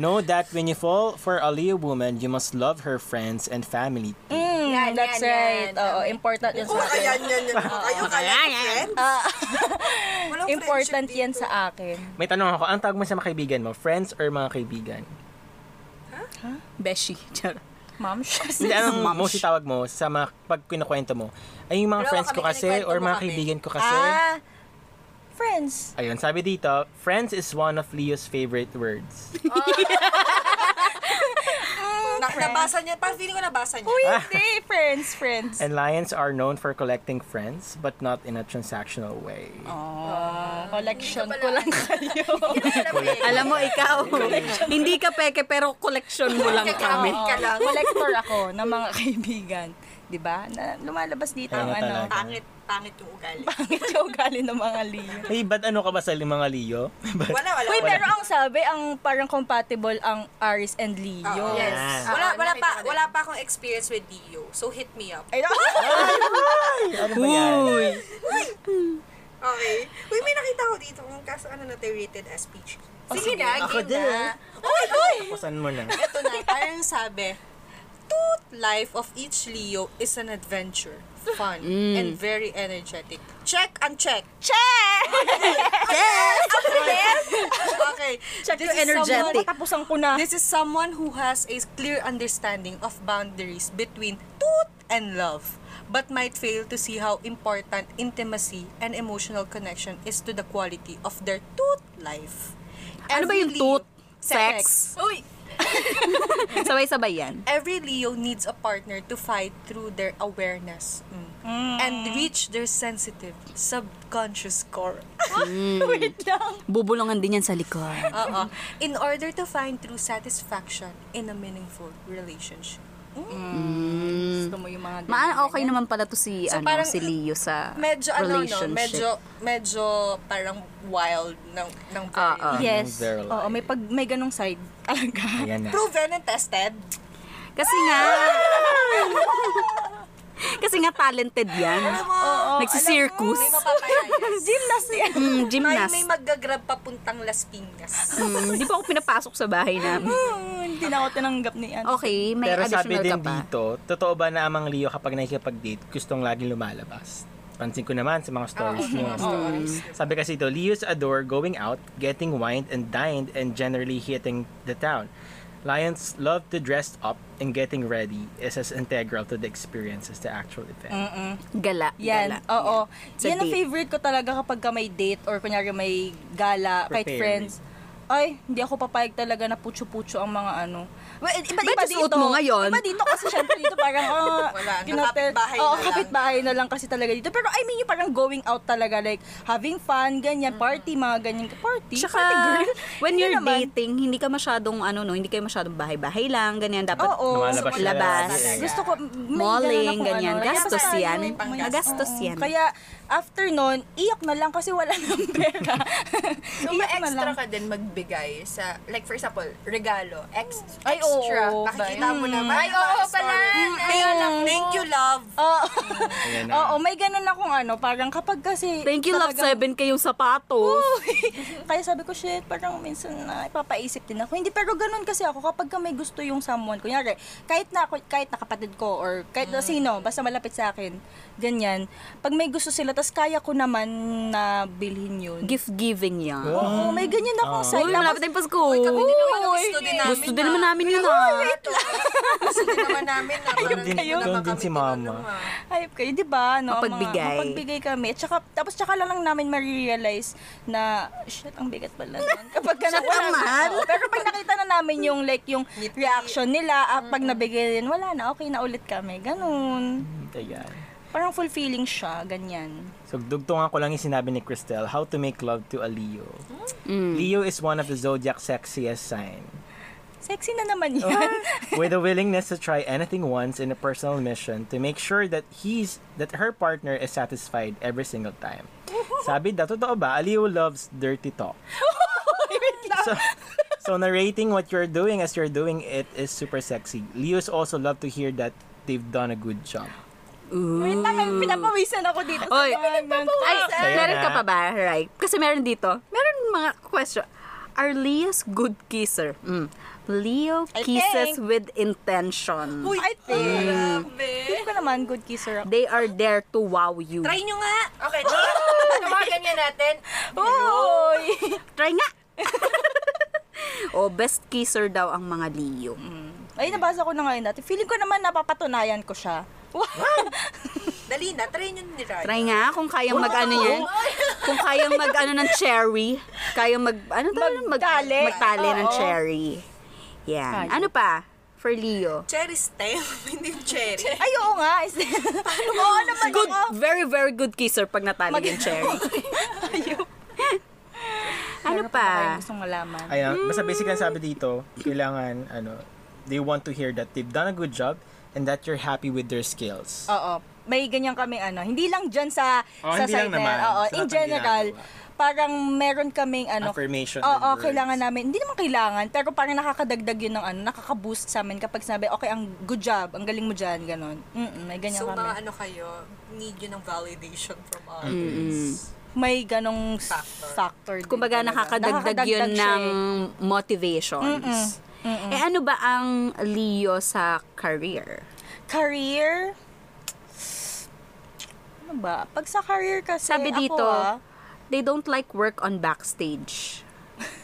know that when you fall for a Leo woman, you must love her friends and family. Mm, Yan, that's yan, right. yan. Oo, important 'yan sa Oh, akin. ayan, yan, yan. Kayo, kaya friends? Walang Important friendship 'yan dito. sa akin. May tanong ako, anong tawag mo sa mga kaibigan mo? Friends or mga kaibigan? Beshi. Charot. Ma'am, Hindi, anong Moms. mostly tawag mo sa mga, pag kinukwento mo? Ay, yung mga Pero friends kami ko kasi kinikwento or mo mga kami. kaibigan ko kasi. ah, friends. Ayun, sabi dito, friends is one of Leo's favorite words. Hmm, Na, nabasa niya. Parang feeling ko nabasa niya. Uy, Ah. hindi, friends, friends. And lions are known for collecting friends, but not in a transactional way. Oh. Ah, collection ko lang kayo. Alam mo, ikaw, hindi ka peke pero collection mo lang kami. Oo, collector ako ng mga kaibigan. 'Di ba? Na, lumalabas dito ang Kaya ano, talaga. Pangit, pangit yung ugali. pangit yung ugali ng mga Leo. Hey, ba't ano ka ba sa mga Leo? Ba't- Wala, wala. Uy, wala. pero ang sabi, ang parang compatible ang Aris and Leo. Oo. Yes. Ah. Wala, Oo, wala nakita pa, ko din. wala pa akong experience with Leo. So, hit me up. Ay, naku. ano ba yan? Okay. Uy, may nakita ko dito. Kung kaso ano na tayo rated as PG. Sige na, Ako game din. na. Diba? Uy, uy! Kusan mo na. Ito na, parang sabi, Tooth life of each Leo is an adventure fun, Mm. and very energetic. Check and check. Okay. Check This yung is someone- energetic. Katapusan ko na. This is someone who has a clear understanding of boundaries between truth and love, but might fail to see how important intimacy and emotional connection is to the quality of their truth life. Ano ba yung Every toot? Leo- Sex? Uy! Sabay-sabay yan. Every Leo needs a partner to fight through their awareness mm, and reach their sensitive subconscious core. Wait lang. Bubulungan din yan sa likod. Oo. Uh-uh. In order to find true satisfaction in a meaningful relationship. Hmm. Mm. Gusto mo yung mga ganyan. Maan okay naman pala to si, So, ano, parang si Leo sa medyo ano no, relationship. medyo medyo parang wild ng ng Ah, ah. very. Yes. Their Oo, may pag may ganong side talaga. Ayan na. Proven and tested. Kasi nga... kasi nga talented yan. Oo, Nagsisirkus. May mapapayayas. Gymnast yan. Mm, Ay, gymnast. may magagrab papuntang Las Piñas. Mm, Di pa ako pinapasok sa bahay namin. Hmm, Hindi na ako tinanggap ni ano. Ann. Okay, may Pero sabi additional din ka pa. dito, totoo ba na amang Leo kapag nakikipag-date, gustong laging lumalabas? Pansin ko naman sa mga stories niyo. Sabi kasi ito, Leos adore going out, getting wined and dined, and generally hitting the town. Lions love to dress up and getting ready is as integral to the experience as the actual event. Gala. Yan, Gala. oo. Sa yan ang date. favorite ko talaga kapag ka may date or kunyari may gala, kahit Prepared. friends. Ay, hindi ako papayag talaga na pucho-pucho ang mga ano. Well, iba, Ba't iba yung suot mo ngayon? Iba dito kasi syempre dito parang ah, Wala, kinotel- nakapitbahay Oo, na lang. kapitbahay na lang kasi talaga dito. Pero I mean yung parang going out talaga like having fun, ganyan, party, mga ganyan. Party? Tsaka, party girl? when Hindi you're naman. dating, hindi ka masyadong, ano, no, hindi kayo masyadong bahay-bahay lang, ganyan, dapat Oo. Lumalabas siya labas. lagi. Gusto ko, may Malling, ganun akong ganyan. ano. Kaya Gastos basta yan. may pang- Gastos Oo. yan. Kaya, after nun, iyak na lang kasi wala ng pera. So, iyak na lang. extra ka din magbigay sa, like for example, regalo. Ex- Ay, oo, Mm, extra. ba Nakikita mo naman. Mm. Ay, oo pala. Ay, alam ko. Thank you, love. Oo, Ayan na. Oo, may ganun akong ano, parang kapag kasi... Thank you, Love talagang- 7, kayong sapatos. Kaya sabi ko, shit, parang minsan na ipapaisip din ako. Hindi, pero ganun kasi ako kapag ka may gusto yung someone, kunyari, kahit na ako, kahit na kapatid ko or kahit na sino, basta malapit sa akin, ganyan. Pag may gusto sila, tas kaya ko naman na bilhin yun. Gift-giving yan. Oh. Oo, may ganyan akong Uy, side. malapit na yung Pasko. Gusto din namin. Gusto din naman namin yun, ah. Gusto din naman namin na parang din- hindi mo ganun naman din kami si mama. tinanong, ah. Hype kayo, di ba? No, ang mga- Mapagbigay. mapagbigay kami. Tsaka, tapos tsaka lang lang namin ma-realize na, shit, ang bigat pala nun. Kapag ka Shit nawala na- naman. Oo, Pero pag nakita na namin yung, like, yung reaction nila, ah, pag nabigay din, wala na, okay na ulit kami. Ganun. Ayan. Parang fulfilling siya, ganyan. So, dugtungan ko lang yung sinabi ni Christelle, how to make love to a Leo. Leo is one of the zodiac sexiest sign. Sexy na naman yan. with a willingness to try anything once in a personal mission to make sure that he's that her partner is satisfied every single time. Sabi daw, totoo ba? Aliu loves dirty talk. Oh, so, so narrating what you're doing as you're doing it is super sexy. Leos also love to hear that they've done a good job. Wait lang, may pinapawisan ako dito sa Oy. mga Ay, Sa'yo meron na. ka pa ba? Right. Kasi meron dito. Meron mga question. Are Leo's good kisser? Mm. Leo kisses with intention. Uy, I think, Feeling ko naman, good kisser ako. They are there to wow you. Try, Try nyo nga. Okay, tumagan niya natin. Uy! nga! o, Oh, best kisser daw ang mga Leo. Ay, nabasa ko na ngayon dati. Feeling ko naman napapatunayan ko siya. Dali na, try nyo ni Ryan. Try nga kung kayang mag-ano yan. Kung kayang mag-ano ng cherry. Kayang mag... Ano tayo? Mag, Magtali. magtali ng Oo. cherry. Yan. Ano pa? For Leo. Cherry stem, hindi cherry. Ay, oo nga. Paano oo naman Good, ako. very, very good kisser pag natali ng cherry. ano pa? Gusto malaman. Ayan, basta basic ang sabi dito, kailangan, ano, they want to hear that they've done a good job and that you're happy with their skills. Oo. May ganyan kami ano. Hindi lang dyan sa, Oo, Oh, sa hindi lang side na yan. naman. Oo. Sa In lahat ng general, ginagawa. parang meron kaming ano. Affirmation and Oo, words. kailangan namin. Hindi naman kailangan, pero parang nakakadagdag yun ng ano, nakaka-boost sa amin kapag sinabi, okay, ang good job, ang galing mo dyan, ganun. Mm may ganyan So, kami. mga ano kayo, need yyo ng validation from others. May ganong s- Factor. factor. din Kumbaga talaga. nakakadagdag siya yun ng eh. motivations. Eh ano ba ang Leo sa career? career. ano ba? Pag sa career kasi, Sabi dito, ako ah, they don't like work on backstage.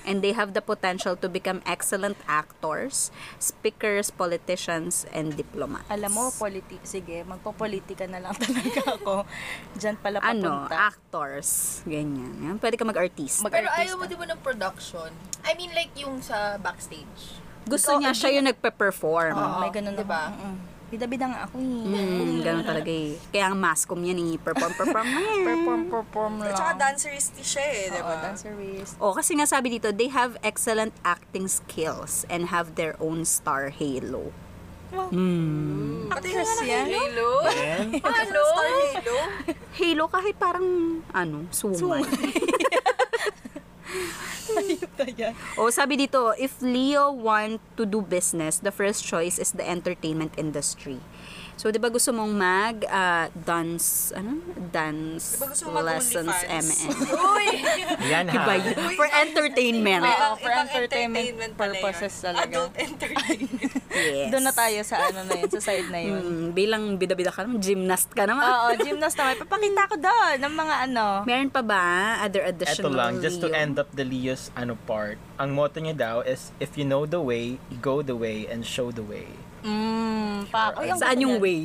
And they have the potential to become excellent actors, speakers, politicians, and diplomats. alam mo, politi- sige, magpopolitika na lang talaga ako. Diyan pala ano, papunta. actors, ganyan. Yan, Pwede ka mag-artist. Mag- Pero Artista. ayaw mo di ba ng production? I mean like yung sa backstage. Gusto eh, niya siya yung nagpe-perform. Oo, may ganun Di ba? ako. Mm. Bida-bida nga ako eh. Oh. Mm, ganun talaga eh. Kaya ang mascom niya ni perform, perform na yan. Perform, perform lang. At saka dancerist siya eh, di Oo, ba? dancerist. O, Oh, kasi nga sabi dito, they have excellent acting skills and have their own star halo. Actress yan. Halo? Ano? Star Halo? Halo kahit parang, ano, sungay. o, Oh, sabi dito, if Leo want to do business, the first choice is the entertainment industry. So, di ba gusto mong mag ah, dance, ano? Dance Di ba gusto mong mag lessons, OnlyFans? MN. Yan ha. Diba yun? For entertainment. Oo, for Ibang entertainment pala yun. purposes talaga. Adult entertainment. Yes. Doon na tayo sa ano na yun, sa side na yun. Mm, bilang bida-bida ka naman, gymnast ka naman. Oo, gymnast naman. Papakita ko doon ng mga ano. Meron pa ba other Eto additional lang, just to Leo? end up the Leo's ano part. Ang motto niya daw is, if you know the way, go the way and show the way. Mm, pa. Uy, ang Saan gusto yung niya. way?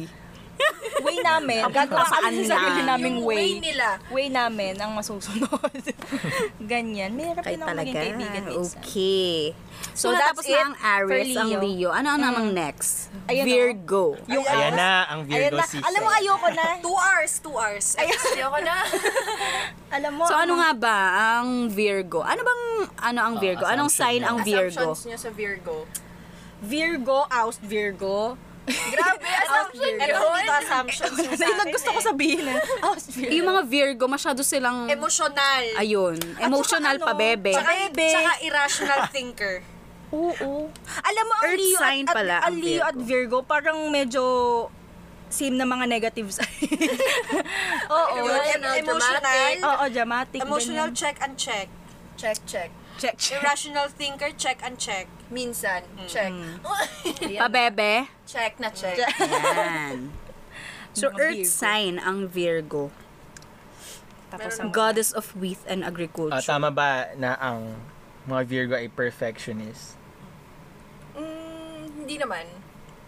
Way namin. Gagawa saan kami sa sarili lang? naming way. Way nila. Way namin ang masusunod. Ganyan. Mahirap Kay din ako talaga. maging kaibigan minsan. Okay. So, So, that's tapos na ang it Aries, for ang Leo. Mm. Leo. Ano ang namang next? Ayan, oh. Virgo. Yung Ayan oras- na, ang Ayan Virgo na. season. Alam mo, ayoko na. Two hours, two hours. Ay, Hindi ako na. Alam mo. So, ano nga ba ang Virgo? Ano bang, ano ang Virgo? Oh, Anong assumption sign ang Virgo? Assumptions niya sa Virgo. Virgo, oust Virgo. Grabe, assumption eto yun. dito diba, assumptions yung sa Yun ang akin gusto ko eh. sabihin. eh. Oust Virgo. Yung mga Virgo, masyado silang, Emotional. ayun, emotional ano, pa, bebe. Tsaka, Bebe. tsaka irrational thinker. Oo. Alam mo, ang Earth Leo sign at, pala at, ang ang Leo at Virgo, parang medyo same na mga negative side. Oo. Yun, em- Emotional, emotional. Oo, dramatic. Emotional, ganyan. check and check. Check, check. Oh, check. check. Irrational thinker, check and check. Minsan, check. Pa, bebe. check na check. Yan. So, Mga earth Virgo. sign ang Virgo. Tapos ang Goddess of wheat and agriculture. Ah, tama ba na ang mga Virgo ay perfectionist? Mm, hindi naman.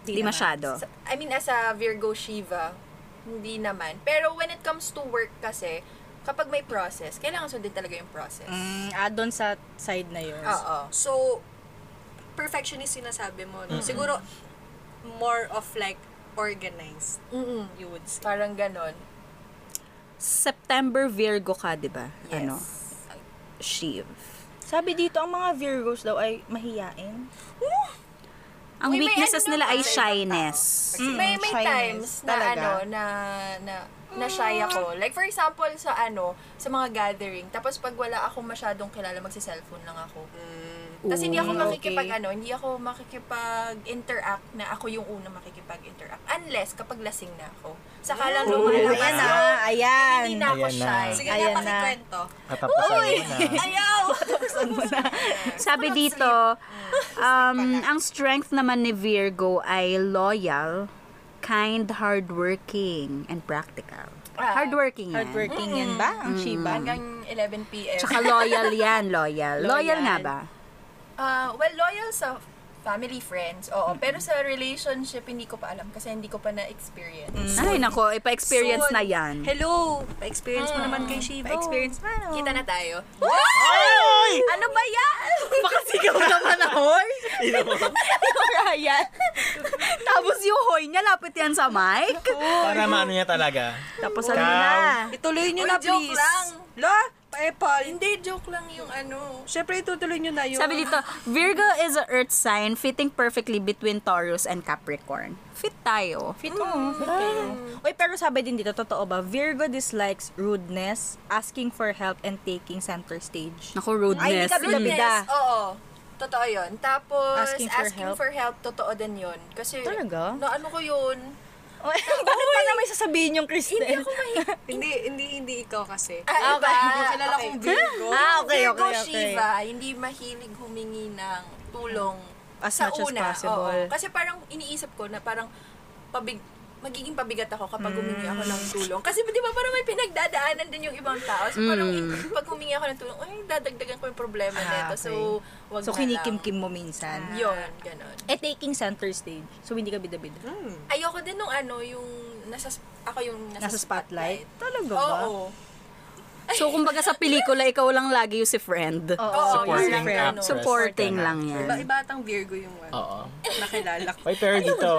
Di masyado. Sa- I mean, as a Virgo Shiva, hindi naman. Pero when it comes to work kasi, kapag may process, kailangan sundin talaga yung process. Mm, add-on sa side na yun. Oo. So, perfectionist sinasabi mo, no? Siguro, more of like, organized, Mm-mm. you would say. Parang ganon. September Virgo ka, di ba? Yes. Ano? Shiv. Sabi dito, ang mga Virgos daw ay mahiyain. Ang Uy, may weaknesses ano nila ay naman sa ibang shyness. may may Mm, shyness times na talaga. ano na na na shy ako. Like for example sa ano, sa mga gathering, tapos pag wala akong masyadong kilala, magsi-cellphone lang ako. Tapos hindi Mm. ako Ooh, makikipag okay. ano, hindi ako makikipag-interact na ako yung una makikipag-interact. Unless kapag lasing na ako. Saka lang lumalabas. ayan na, yun. ayan. Hindi na ako Ayan na. shy. Sige Ayan na, na. pakikwento. Katapusan mo na. Ayaw! Sabi dito, um, ang strength naman ni Virgo ay loyal, kind, hardworking, and practical. Ah, Hardworking yan. Hardworking yan ba? Ang Shiba? Hanggang 11pm. Tsaka loyal yan, loyal. Loyal nga ba? Ah, well, loyal sa family, friends, oo. Pero sa relationship, hindi ko pa alam kasi hindi ko pa Mm. na-experience. Ay, nako, ipa-experience Soon. na yan. Hello! Pa-experience mo naman Ah, kay Shibo. Pa-experience na, no? Kita na tayo. Ano ba yan? Pakasigaw naman ako. Ryan. Tapos yung hoy niya, lapit yan sa mic. Para maano niya talaga. Tapos ano na. Ituloy nyo Uy, na, joke please. lang. La, pa-epal. Hindi, joke lang yung ano. Siyempre, itutuloy nyo na yun. Sabi dito, Virgo is a earth sign fitting perfectly between Taurus and Capricorn. Fit tayo. Ah. Fit mo. Uy, pero sabi din dito, totoo ba? Virgo dislikes rudeness, asking for help, and taking center stage. Naku, rudeness. Ay, hindi ka bida-bida. Yes, oo. Totoo yun. Tapos, Asking asking for for, help. help, totoo din yun. Kasi, Talaga? Na ano ko yun? Uy, Bakit pa ano na may sasabihin yung Kristen? Hindi ako may... Hindi, hindi, hindi ikaw kasi. Ah, iba. Yung kilala Okay. kong Virgo. Ah, okay, Virgo okay, okay. Shiva, hindi mahilig humingi ng tulong As sa much as una. possible. oo. Kasi parang iniisip ko na parang pabig magiging pabigat ako kapag humingi ako ng Mm. tulong. Kasi di ba parang may pinagdadaanan din yung ibang tao. So parang eh, pag humingi ako ng tulong, ay, dadagdagan ko yung problema Mm. Ah, nito. So, wag So, na lang. kinikim-kim mo minsan. Yun, ganun. Eh, taking center stage. So, hindi ka bida-bida. Ayoko din nung ano, yung nasa, sp- ako yung nasa, Nasa spotlight? Talaga Oo. ba? oo. So, kumbaga sa pelikula, ikaw lang lagi yung si friend. Oo, Supporting yun lang, actress. ano. Supporting lang yan. Iba, iba atang Virgo yung ano, Oo. nakilala ko. May pair dito.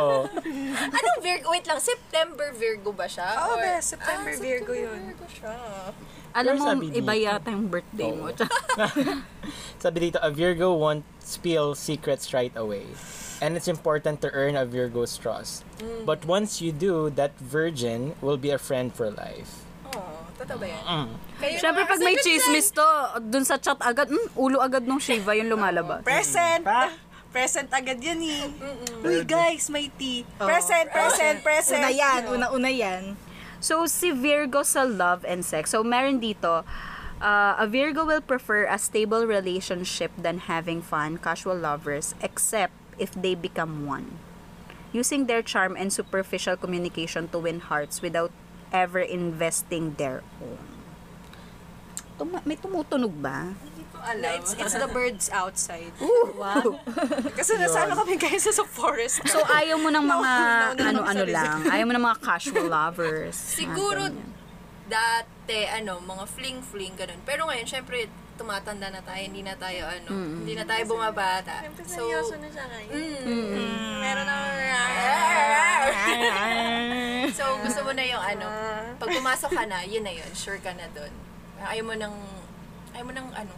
Anong Virgo? Wait lang, September Virgo ba siya? Oo, Or- bes, September Ah, Virgo yun. Virgo siya. Alam mo, sabi iba dito? yata yung birthday mo. Sabi dito, a Virgo won't spill secrets right away. And it's important to earn a Virgo's trust. Mm. But once you do, that virgin will be a friend for life. Oo, totoo ba yan? Kayo Siyempre, mga pag may kasagot chismis to, dun sa chat agad, mm, ulo agad nung Shiva yung lumalabas. dyan. Present! Pa? Present agad yan eh. Uy guys, may tea. Present, present, present. Una yan, una-una yan. So, si Virgo sa love and sex. So, meron dito, uh, a Virgo will prefer a stable relationship than having fun, casual lovers, except if they become one. Using their charm and superficial communication to win hearts without ever investing their own. Tuma- may tumutunog ba? Ala, It's, it's the birds outside. Diba? Wow. Kasi nasa ano kami guys, sa forest. So, ayaw mo ng mga Nauna- nauna ano-ano kami sa lang. Ayaw mo ng mga casual lovers. mga Siguro, ganyan. dati, ano, mga fling-fling, ganun. Pero ngayon, syempre, tumatanda na tayo, hindi na tayo, ano, hindi na tayo bumabata. So, na siya ngayon. mm, meron na, so, gusto mo na yung, ano, pag pumasok ka na, yun na yun, sure ka na dun. Ayaw mo ng, ayaw mo ng, ano,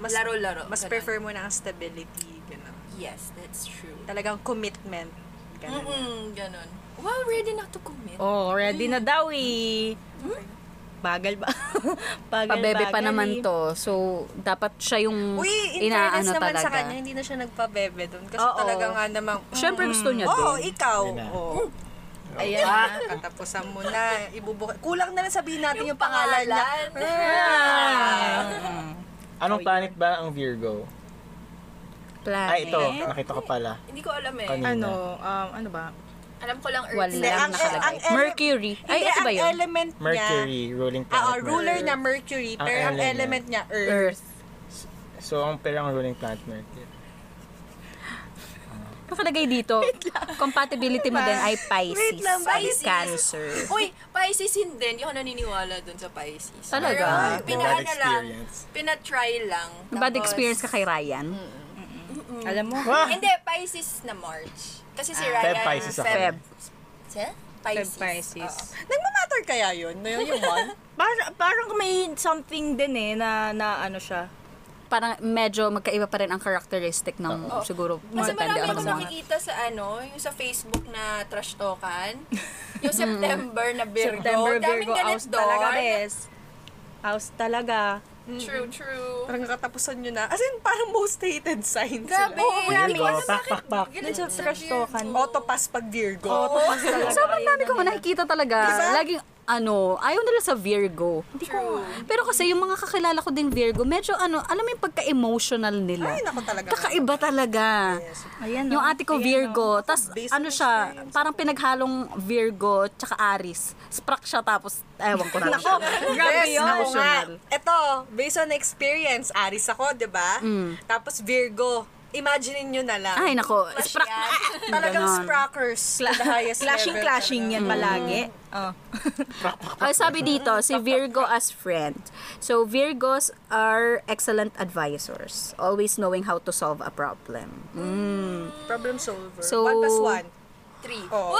Mas- laro-laro. Mas ganun. prefer mo na ang stability. Ganun. Yes, that's true. Talagang commitment. Ganun. Mm-mm, ganun. Wow, ready na to commit. Oh, ready na daw eh. Bagal ba? bagal, Pabebe pa bagal eh. naman to. So, dapat siya yung Uy, in inaano fairness naman talaga. sa kanya, hindi na siya nagpabebe doon. Kasi Oo. talaga nga namang, mm. Siyempre gusto niya Mm. Oo, oh, din. ikaw. Yun na. Oo. Ayan. Ah, katapusan mo na. Ibubuka. Kulang na lang sabihin natin yung, pangalan, niya. Oh, Anong planet ba ang Virgo? Planet. Ay, ito. Nakita ko pala. Hindi ko alam eh. Kanina. Ano, um, ano ba? Alam ko lang Earth Wala Hindi, lang ang- nakalagay. ang ele- Mercury. Ay, Hindi, ito ba ang yun? element niya. Mercury, ruling planet. Ah, ah, Mercury. ruler na Mercury, Ang pero ang element. element niya, Earth. Earth. So, ang pero ang ruling planet, Mercury. Nakalagay dito. Compatibility mo din ay Pisces. Wait lang, Pisces. Cancer. Uy, Pisces hindi. Hindi ako naniniwala dun sa Pisces. Talaga? Pero, Bad pinaano lang. experience. Pinatry lang. Bad Tapos- Hmm. experience ka kay Ryan? Alam mo? Hindi, Pisces na March. Kasi si Ryan... Feb Ah, Pisces ako. Feb. Siya? Pisces. Pisces. Oo. Nagmamatter kaya yun? No, yung month? Parang, parang may something din eh, na, na ano siya. Parang medyo magkaiba pa rin ang characteristic ng siguro. Kasi depende marami ako akong sa mga- nakikita sa ano, yung sa Facebook na trash talkan. Yung September na Virgo. September, Daming Virgo, galit house talaga, doon. bes. House talaga. True, true. parang katapusan nyo na. As in, parang most hated sign Grabe. sila. Oo, marami. Virgo, Ano, pak, pak, pak. bakit Dun sa galit trash Virgo? talkan. Autopass pag Virgo. Autopass talaga. Sobrang dami ko nakikita talaga. Diba? Laging ano, ayaw nila sa Virgo. Hindi ko. Pero kasi yung mga kakilala ko ding Virgo, medyo ano, alam mo yung pagka-emotional nila. Ay, naku talaga. Kakaiba talaga. Ayan, Yung oh. ate ko Ayan, Virgo, tas Based on ano siya, parang pinaghalong Virgo tsaka Aris. Sprak siya tapos ewan ko na. Nako, Grabe yes, yun. ako nga. Emotional. Ito, based on experience, Aris ako, di ba? Tapos Virgo. Imagine nyo na lang. Mm. Ay nako, Crush sprak. Ah, yan. Talagang ganon. sprockers. to the highest Clashing, level. clashing yan palagi. Oh. ah. Ay, sabi dito, si Virgo as friend. So, Virgos are excellent advisors, always knowing how to solve a problem. Problem solver. So- one plus one. Three. Oh.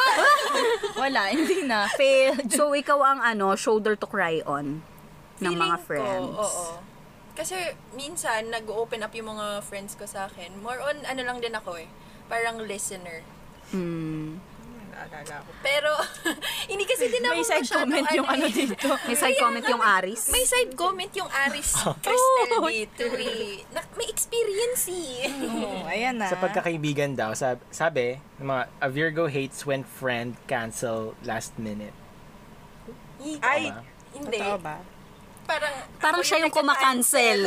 Wala, hindi na. Failed. So, ikaw ang ano, shoulder to cry on ng mga Feeling friends. Ko, oo. Kasi minsan, nag-open up yung mga friends ko sa akin. More on, ano lang din ako eh. Parang listener. Naalala ko. Pero, hindi kasi din ako May side masyado, comment yung ano eh. dito. May side comment yung Aris. May side comment yung Aris Cristel dito eh. Na, may experience eh. Oh, ayan na. Sa pagkakaibigan daw, sab- sabi, ng mga, a Virgo hates when friend cancel last minute. Ay, Tama? Hindi. Totoo ba? Parang, Parang ako siya yung kumakancel.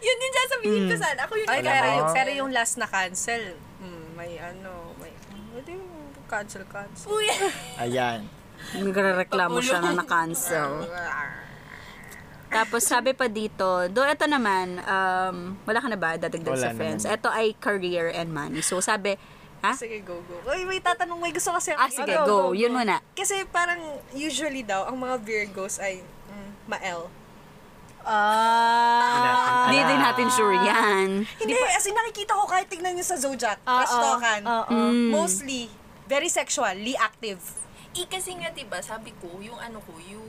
yun din sasabihin ko sana. Ako yung ay, Wala pero, ba? yung, pero yung last na cancel, mm, may ano, may, ano, Cancel, cancel. Uy! Ayan. Nagrereklamo siya na na-cancel. Tapos sabi pa dito, do ito naman, um, wala ka na ba dadagdag Wala sa friends? naman. Ito ay career and money. So sabi, ha? Sige, go, go. Uy, may tatanong. May gusto kasi. ako. Ah, Ano? sige, Ano? go. Yun muna. Kasi parang usually daw, ang mga Virgos ay mm, ma-L. Ah! Hindi din natin sure yan. Hindi, as in nakikita ko kahit tignan niyo sa Zodiac, Ah, Pastokan. Hmm. Mostly, very sexually active. Eh, kasi nga, diba, sabi ko, yung ano ko, yung...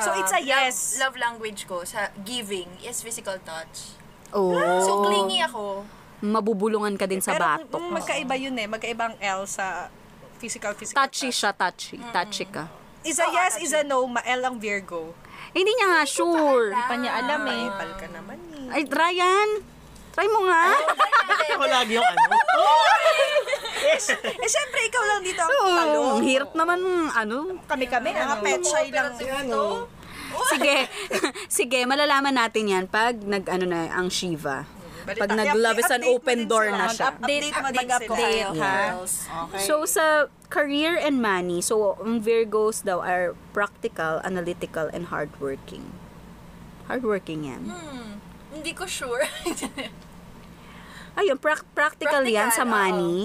So, ah, it's a love- yes. Love, language ko sa giving is physical touch. Oo. Oh. So, clingy ako. Mabubulungan ka din sa Pero batok. mm, magkaiba yun eh. Magkaiba ang L sa physical, physical. Touchy siya, touchy. Touchy ka. Is a yes, is a no, ma-L ang Virgo. Hindi niya nga sure. Pa niya alam eh. Pal ka naman eh. Ay, Ryan! Try mo nga. Ako lagi yung ano. Eh, syempre, ikaw lang dito ang talo. Oo, Ang hirap naman, ano. Kami-kami, mga pet shy lang. Ano? Sige, sige, malalaman natin yan pag nag, ano na, ang Shiva. Pag Balita- nag-love is an Update mo open din door sila. na siya. Mag-update, mag-update, mag-update, sila. ha? So, sa career and money, so, ang Virgos daw are practical, analytical, and hardworking. Hardworking yan. Hmm. Hindi ko sure. Ayun, prac- practical, yan sa Practical, money.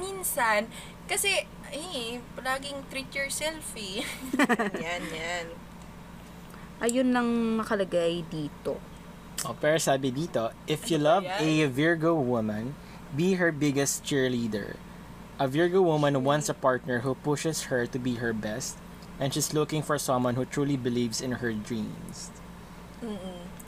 Minsan, kasi, eh, palaging treat yourself eh. Yan, yan. Ayun lang nakalagay dito. Oh, pero sabi dito, if you love a Virgo woman, be her biggest cheerleader. A Virgo woman wants a partner who pushes her to be her best, and she's looking for someone who truly believes in her dreams.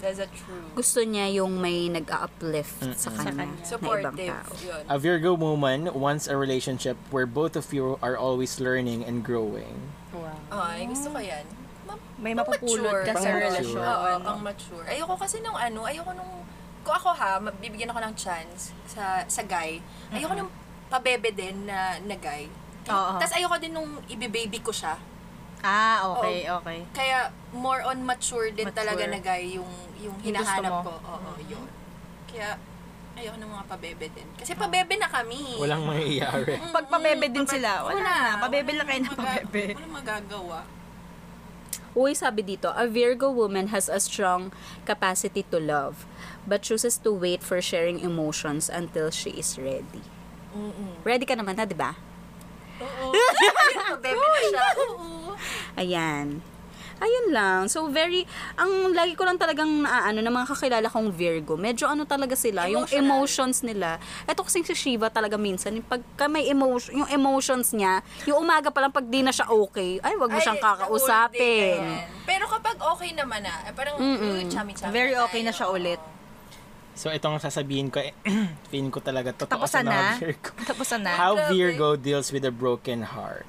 That's a true. Gusto niya yung may nag-uplift sa kanya. Na ibang Supportive. tao. Yun. A Virgo woman wants a relationship where both of you are always learning and growing. Ay, gusto ko yan. Ma- May pang mapupulot mature. ka sa Pang mature. relasyon. Oo, pang mature. Ayoko kasi nung ano, ayoko nung, kung ako ha, mabibigyan ako ng chance sa sa guy, ayoko nung pabebe din na, na guy. Oo. Tapos ayoko din nung ibibaby ko siya. Ah, okay, okay. Kaya more on mature din Mature. talaga na guy yung, yung Yung gusto mo. hinahanap ko. Oo, yun. Kaya ayoko nung mga pabebe din. Kasi pabebe na kami. Walang mangyayari. Pag pabebe din sila, wala Wala. na. Pabebe lang kayo ng Maga- pabebe. Walang magagawa. Uy, sabi dito, a Virgo woman has a strong capacity to love, but chooses to wait for sharing emotions until she is ready. Ready ka naman na, di ba? Pabebe na siya. Ayan. Ayun lang. So, very, ang lagi ko lang talagang naaano ng mga kakilala kong Virgo, medyo ano talaga sila, yung emotions nila. Ito kasi si Shiva talaga minsan, yung pagka may emotion, yung emotions niya, yung umaga pa lang pag di na siya okay, ay, wag mo Ay, siyang nahulog kakausapin. din kayo. Pero kapag okay naman na, eh, parang "Uy, chami-chami Very na okay na tayo." siya ulit. So itong sasabihin ko, eh, feeling ko talaga totoo sa Tapusan mga na. Virgo. Tapusan na. How Virgo deals with a broken heart.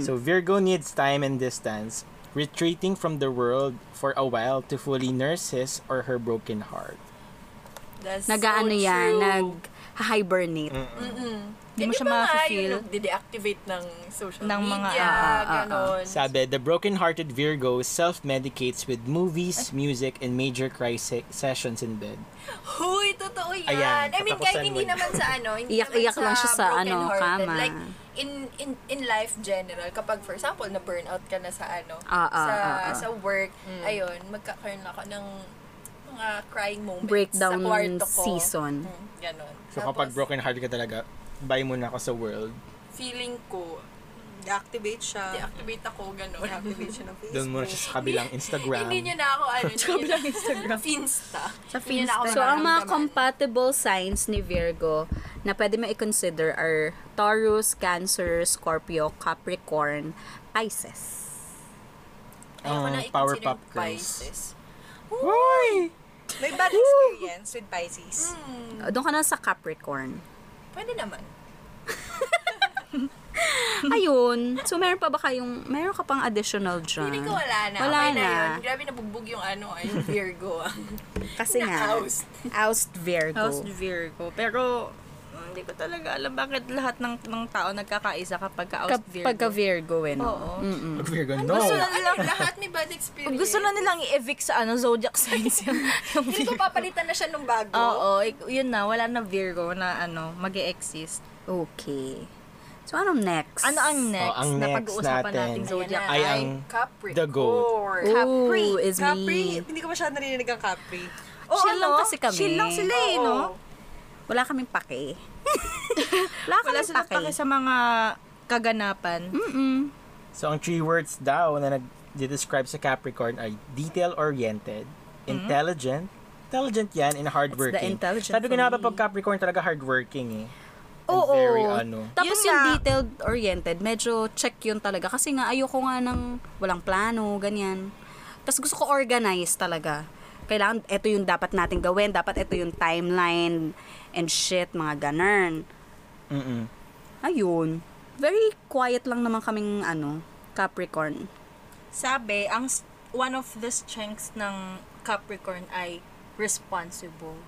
So Virgo needs time and distance, retreating from the world for a while to fully nurse his or her broken heart. That's Nag-ano so yan, true. nag-hibernate. Hindi mo Eh, siya di ba nga ma-feel. yun, Nagde-deactivate ng social Ng mga- media, ah, ah, ah, ganon. Sabi, the broken-hearted Virgo self-medicates with movies, music, and major cry se- sessions in bed. Huy, totoo yan. Ayan, I mean, kahit katapusan hindi mo yun. naman sa ano, hindi Iyak-iyak naman lang siya sa ano, broken-hearted. kama. Like, in, in, in life general, kapag for example, na-burnout ka na sa ano, Ah, ah, sa, ah, ah. sa work, Hmm. ayun, magkakaroon ako ng mga crying moments Breakdown sa kwarto ko. season. Mm, ganon. So kapag broken-hearted ka talaga, bye muna ako sa world. feeling ko, Deactivate siya. deactivate ako, ganon. Deactivate siya ng Facebook. Doon muna siya sa kabilang Instagram. Hindi niyo na ako, ano, sa kabilang Instagram. Finsta. Sa So, ang mga compatible signs ni Virgo na pwede mo i-consider are Taurus, Cancer, Scorpio, Capricorn, Pisces. Ang Ah, Power Pop Girls. Uy! May bad experience with Pisces. Doon ka na sa Capricorn. Pwede naman. Ayun. So, meron pa ba kayong, meron ka pang additional dyan? Feeling ko wala na. Wala okay na. na. yun. Grabe nabugbog yung ano, ah, yung Virgo. ah. Kasi nga, Na-oust. oust Virgo. House Virgo. Pero, mm, hindi ko talaga alam bakit lahat ng ng tao nagkakaisa kapag ka-house Kap- Virgo. Pagka Virgo, eh, no? Oo. Mm-mm. Virgo, no! Gusto na nila, lahat may bad experience. Gusto na nilang i-evict sa ano, zodiac signs yung, yung Hindi ko Virgo. papalitan na siya nung bago. Oo, ik- yun na, wala na Virgo na ano, mag exist Okay. So, anong next? Ano ang next Oh, ang na next pag-uusapan natin. nating zodiac? Ay, ang Capricorn. the goat. Capri. ano? Ooh, is Capri, me. hindi ko masyadong narinig ang Capri. Oh, chill lang kasi kami. ano? Chill lang sila eh, no? Wala kaming pake. Wala Wala kaming sila pake. pake sa mga kaganapan. So, ang three words daw na nag-describe sa Capricorn ay detail-oriented, intelligent, intelligent yan, and hardworking. intelligent Sabi ko for na ba me. pag Capricorn talaga hardworking eh. And Oo. Very ano. Tapos Yun yung nga. detailed-oriented, medyo check yun talaga. Kasi nga, ayoko nga ng walang plano, ganyan. Tapos gusto ko organized talaga. Kailangan, eto yung dapat natin gawin. Dapat eto yung timeline and shit, mga ganern. Mm-mm. Ayun. Very quiet lang naman kaming, ano, Capricorn. Sabi, ang s- one of the strengths ng Capricorn ay responsible.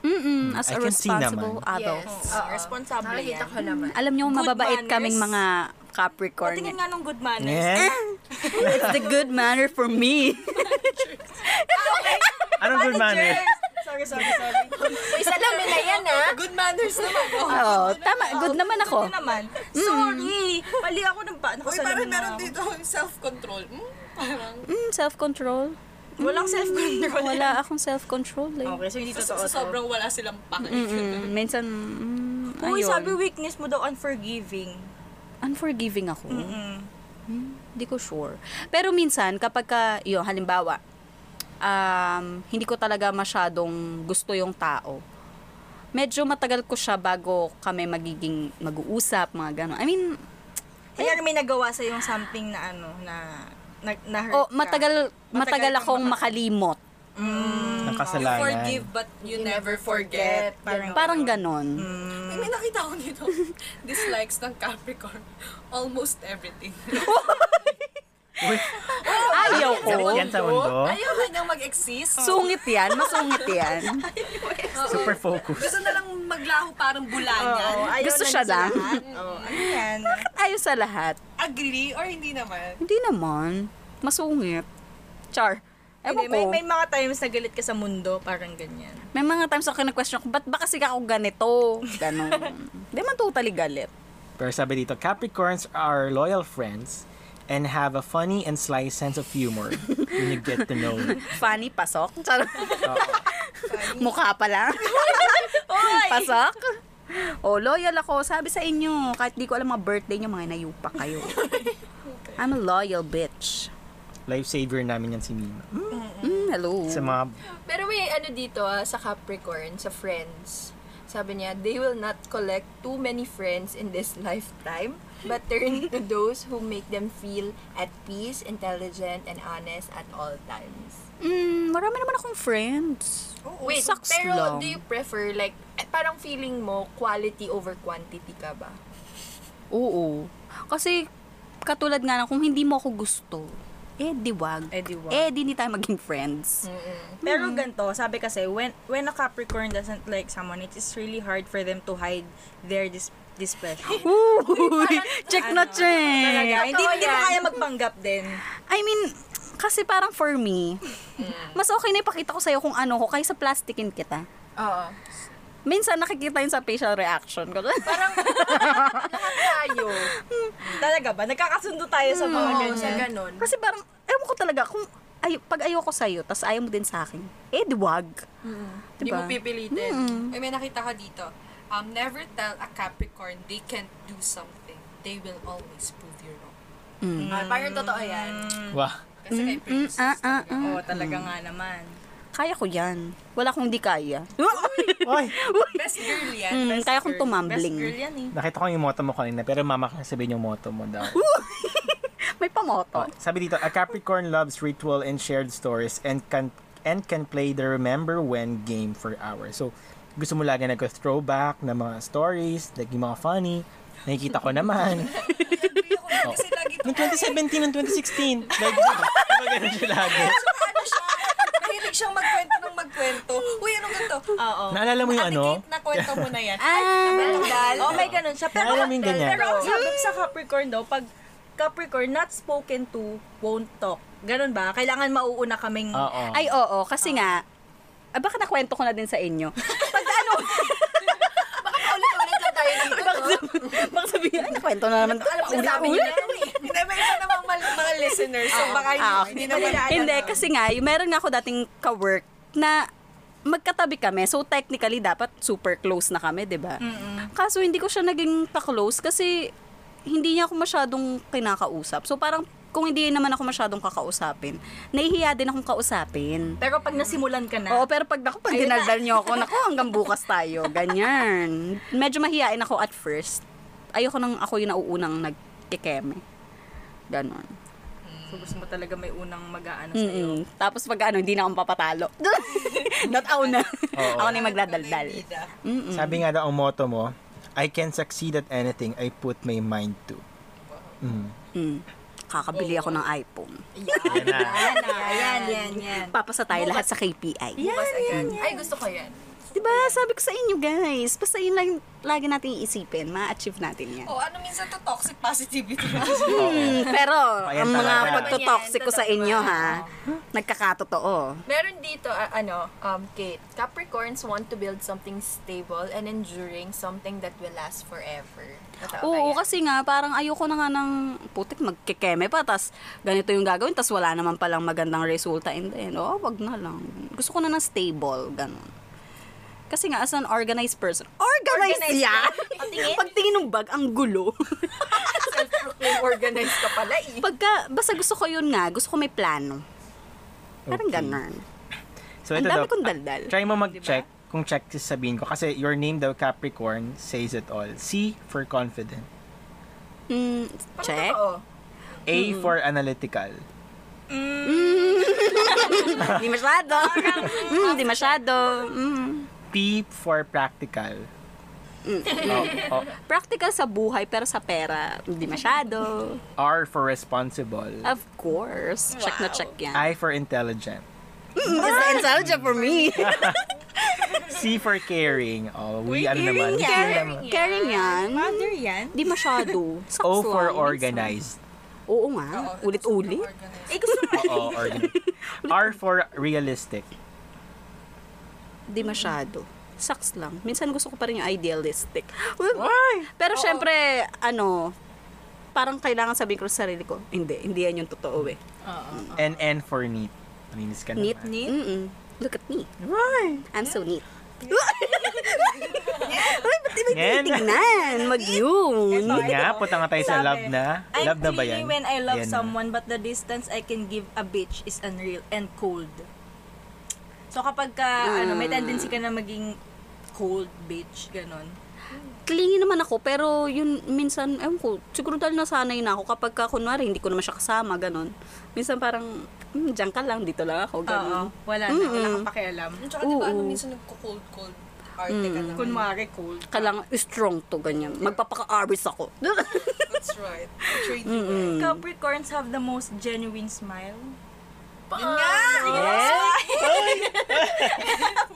Mm-mm, Mm, Mm, as I a can see naman. responsible adult. Yes. Oo, responsible Nakikita yan. ko naman. Alam nyo, mababait manners. kaming mga Capricorn. Tingnan nga nung good manners. Yeah. It's the good manner for me. Anong good manners? sorry, sorry, sorry. Uy, salamin na yan, ha? Good manners naman po. Oo, tama. Good naman ako. Hindi naman. Sorry. Mali ako ng pa. Naku, Mm. Uy, salamin parang na meron ako. dito self-control. Hmm? Mm, self-control. Mm, Walang self-control. Wala akong self-control eh. Okay, so hindi Sa, totoo. to. sa sobrang wala silang pake. Mm, minsan, mm, Uy, ayun. sabi weakness mo daw unforgiving. unforgiving ako. Hmm, Hindi ko sure. Pero minsan, kapag ka, yun, halimbawa, um, hindi ko talaga masyadong gusto yung tao. Medyo matagal ko siya bago kami magiging mag-uusap, mga gano'n. I mean, Eh? Kaya may nagawa sa yung something na ano, na na, na hurt oh, ka. matagal, matagal, Matagal kang akong makalimot. Ang You kasalanan. forgive but you, never forget. Parang, Parang ganon. Mm. Uy, may nakita ko dito. Dislikes ng Capricorn. Almost everything. Uy, Ayaw ko. yan sa mundo. Ayaw na niyang mag-exist. Sungit yan, masungit yan. Super focus. Gusto na lang maglaho parang Oo, bulanyan. ayaw Gusto na siya niya sa lang. lahat. Oo, ano yan? Ayaw sa lahat. Agree or hindi naman? Hindi naman. Masungit. Char. Hindi, Ewan ko. may, may mga times na galit ka sa mundo, parang ganyan. May mga times ako kinag-question ko, ba't ba kasi ako ganito? Ganon. Hindi man totally galit. Pero sabi dito, Capricorns are loyal friends and have a funny and sly sense of humor when you get to know. them. Funny, pasok. Char. Mukha pa lang. pasok. O, loyal ako. Sabi sa inyo, kahit di ko alam mga birthday nyo, mga inayupa kayo. I'm a loyal bitch. Lifesaver namin yan si Mima. Mm, hello. Sa mga Pero may ano dito ah, sa Capricorn, sa friends. Sabi niya, they will not collect too many friends in this lifetime, but turn to those who make them feel at peace, intelligent, and honest at all times. Mm, marami naman akong friends. Wait, Oh, Sucks pero lang. do you prefer, like, eh, parang feeling mo, quality over quantity ka ba? Oo. Kasi, katulad nga na, kung hindi mo ako gusto, eh di wag. Eh, di wag. Eh di hindi tayo maging friends. Pero Hmm. ganito, sabi kasi, when when a Capricorn doesn't like someone, it is really hard for them to hide their dis displeasure. Uy, check na check. Talaga, hindi, hindi mo yan. kaya magpanggap din. I mean, kasi parang for me, mas okay na ipakita ko sa'yo kung ano ko kaysa plastikin kita. Oo. Minsan nakikita yun sa facial reaction ko. Parang, lahat tayo. Talaga ba? Nagkakasundo tayo Hmm. sa mga Oo, sa ganyan. ganun. kasi parang, ewan ko talaga, kung ay, pag ayaw ko sa'yo, tas ayaw mo din sa akin, eh di wag. Hindi Diba? mo pipilitin. Uy, may nakita ko dito. Um, never tell a Capricorn they can't do something. They will always prove you wrong. Mm. Mm. Ah, parang totoo yan. Wah. Kasi kay Princess. Ah, ah, ah. Oo, talaga nga naman. Kaya ko yan. Wala kong di kaya. Oy, Best girl yan. Mm, Best kaya kong girl. Best girl tumambling. yan eh. nakita ko yung motto mo kanina pero mama ka sabihin yung motto mo daw. Oh, May pamoto. Sabi dito, a Capricorn loves ritual and shared stories and can and can play the remember when game for hours. So, gusto mo lagi nag-throwback ng mga stories, like yung mga funny, nakikita ko naman. Kasi lagi Noong 2017, noong 2016. Like, diba ganun siya lagi? ano siya. Mahilig siyang magkwento ng magkwento. Uy, ano ganito? Oo. Naalala mo yung ano? Kate, nakwento mo na yan. Ah, Oh, may ganun siya. Pero, Naalala mo yung ganyan? pero ang sabi sa Capricorn daw, pag Capricorn, not spoken to, won't talk. Ganun ba? Kailangan mauuna kaming... Oo. ay oo, kasi nga, ah, baka nakwento ko na din sa inyo. Baka ulit-ulit lang tayo dito. no? Baka sabihin, ano kwento na naman. Alam ko, sabi niya na yan eh. Hindi, may isa namang mal- mga listeners. So, baka Ah, okay. hindi naman Hindi, kasi nga, yung meron nga ako dating ka-work na magkatabi kami. So, technically, dapat super close na kami, di ba? Kaso, hindi ko siya naging ka-close kasi hindi niya ako masyadong kinakausap. So, parang kung hindi naman ako masyadong kakausapin, nahihiya din akong kausapin. Pero pag nasimulan ka Ah. na, Oo, pero pag naku, pag dinaldal niyo ako, naku, hanggang bukas tayo. Ganyan. Medyo mahihain ako at first. Ayoko nang ako yung nauunang nagkikeme. Ganon. so gusto mo talaga may unang mag-aano sa'yo. Mm-mm. Tapos pag ano, hindi na akong papatalo. Not ako na. Oo. ako na yung magdadaldal. Mm-mm. Sabi nga daw ang motto mo, I can succeed at anything I put my mind to. Mm. Mm. Kakabili ako ng iPhone. Yan. Yan na. Yan, yan, yan, yan. Papasa tayo lahat sa KPI. Bukas agad. Ay, gusto ko yan. Diba? Sabi ko sa inyo guys, basta yun lang lagi natin iisipin. Ma-achieve natin yan. O, ano minsan to toxic positivity. Mm, pero Ayan ang mga talaga. pagtotoxic ko sa Totoo inyo yan. ha, nagkakatotoo. Meron dito, ah, ano, um, Kate, Capricorns want to build something stable and enduring, something that will last forever. Totoo ba Oo, yan? kasi nga, parang ayoko na nga ng putik, magkikeme pa, tas ganito yung gagawin, tas wala naman palang magandang resulta in the end. Oo, wag na lang. Gusto ko na ng stable, ganun. Kasi nga, as an organized person, organized, Organized yan! ka? Patingin? Pagtingin ng bag, ang gulo. Self-proclaim organized ka pala eh. Pagka, basta gusto ko yun nga, gusto ko may plano. Parang ganun. So Ang ito dami daw, kong daldal. Diba? try mo mag-check kung check is sabihin ko. Kasi your name daw, Capricorn, says it all. C for confident. Mm, check. Oo. A for analytical. Hindi masyado. mm, di masyado. Mm. P for practical. Oh, oh. Practical sa buhay, pero sa pera, hindi masyado. R for responsible. Of course. Check na check yan. I for intelligent. Is the nostalgia for me. C for caring. Oh, we, ano naman. Caring yan. Caring yan. Mother yan. Di masyado. Sucks O for lang. organized. Oo nga. Ulit-ulit. Organized. Eh, gusto mo. Oo, organized. R for realistic. Di masyado. Sucks lang. Minsan gusto ko pa rin yung idealistic. Pero syempre, ano, parang kailangan sabihin ko sa sarili ko, hindi, hindi yan yung totoo eh. And N for neat. Maninis ka Neat? naman. Mm-mm. Look at me. I'm so neat. Ay, ba't di ba Yan. tinitignan? Mag-yun. Yun nga, punta nga tayo sa love na. I'm Love na ba greedy yan? when I love Ayan na. someone, but the distance I can give a bitch is unreal and cold. So kapag ka, ano, may tendency ka na maging cold bitch, ganon. clingy naman ako, pero yun, minsan, ewan ko, siguro dahil nasanay na ako, kapag ka, kunwari, hindi ko naman siya kasama, ganun. Minsan parang, hmm, dyan ka lang, dito lang ako, Oo, ganun. wala na, wala kang pakialam. Tsaka diba ano Oo. Mm. minsan nagko-cold-cold arte ka naman. Kunwari cold. Kailangan strong to, ganyan. Magpapaka-aris ako. That's right. Treat you Capricorns have the most genuine smile. Yun nga!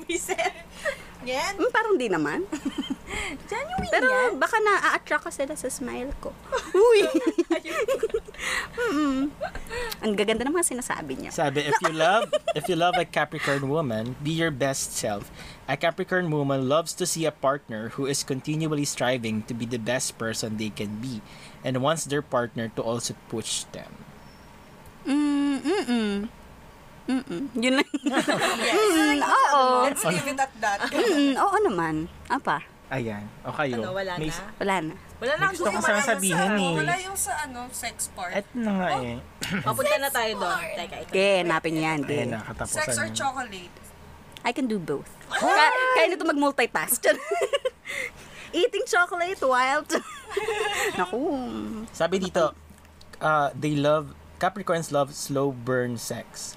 We said, Yan! Hmm, parang di naman. genuine Pero yan. baka na-attract ka sila sa smile ko. Uy! Mm-mm. Ang gaganda ng mga sinasabi niya. Sabi, if you love, if you love a Capricorn woman, be your best self. A Capricorn woman loves to see a partner who is continually striving to be the best person they can be and wants their partner to also push them. Mm, mm-mm. Mm-mm. Yun lang. Mm, oo. Let's leave it at that. Mm, oo naman. Apa? Ayan. O kayo. Ano, wala May- na. Wala na. Wala na. Gusto ko sana sabihin Sa- eh. Wala yung sa ano, sex part. Eto na nga eh. Papunta na tayo doon. Teka, ikaw. Okay, hanapin yan. Ayan, Okay. nakatapusan Sex or na. chocolate. I can do both. Ka- kaya nito mag-multitask. Tiyan. Eating chocolate while... Naku. Sabi dito, uh, they love, Capricorns love slow burn sex.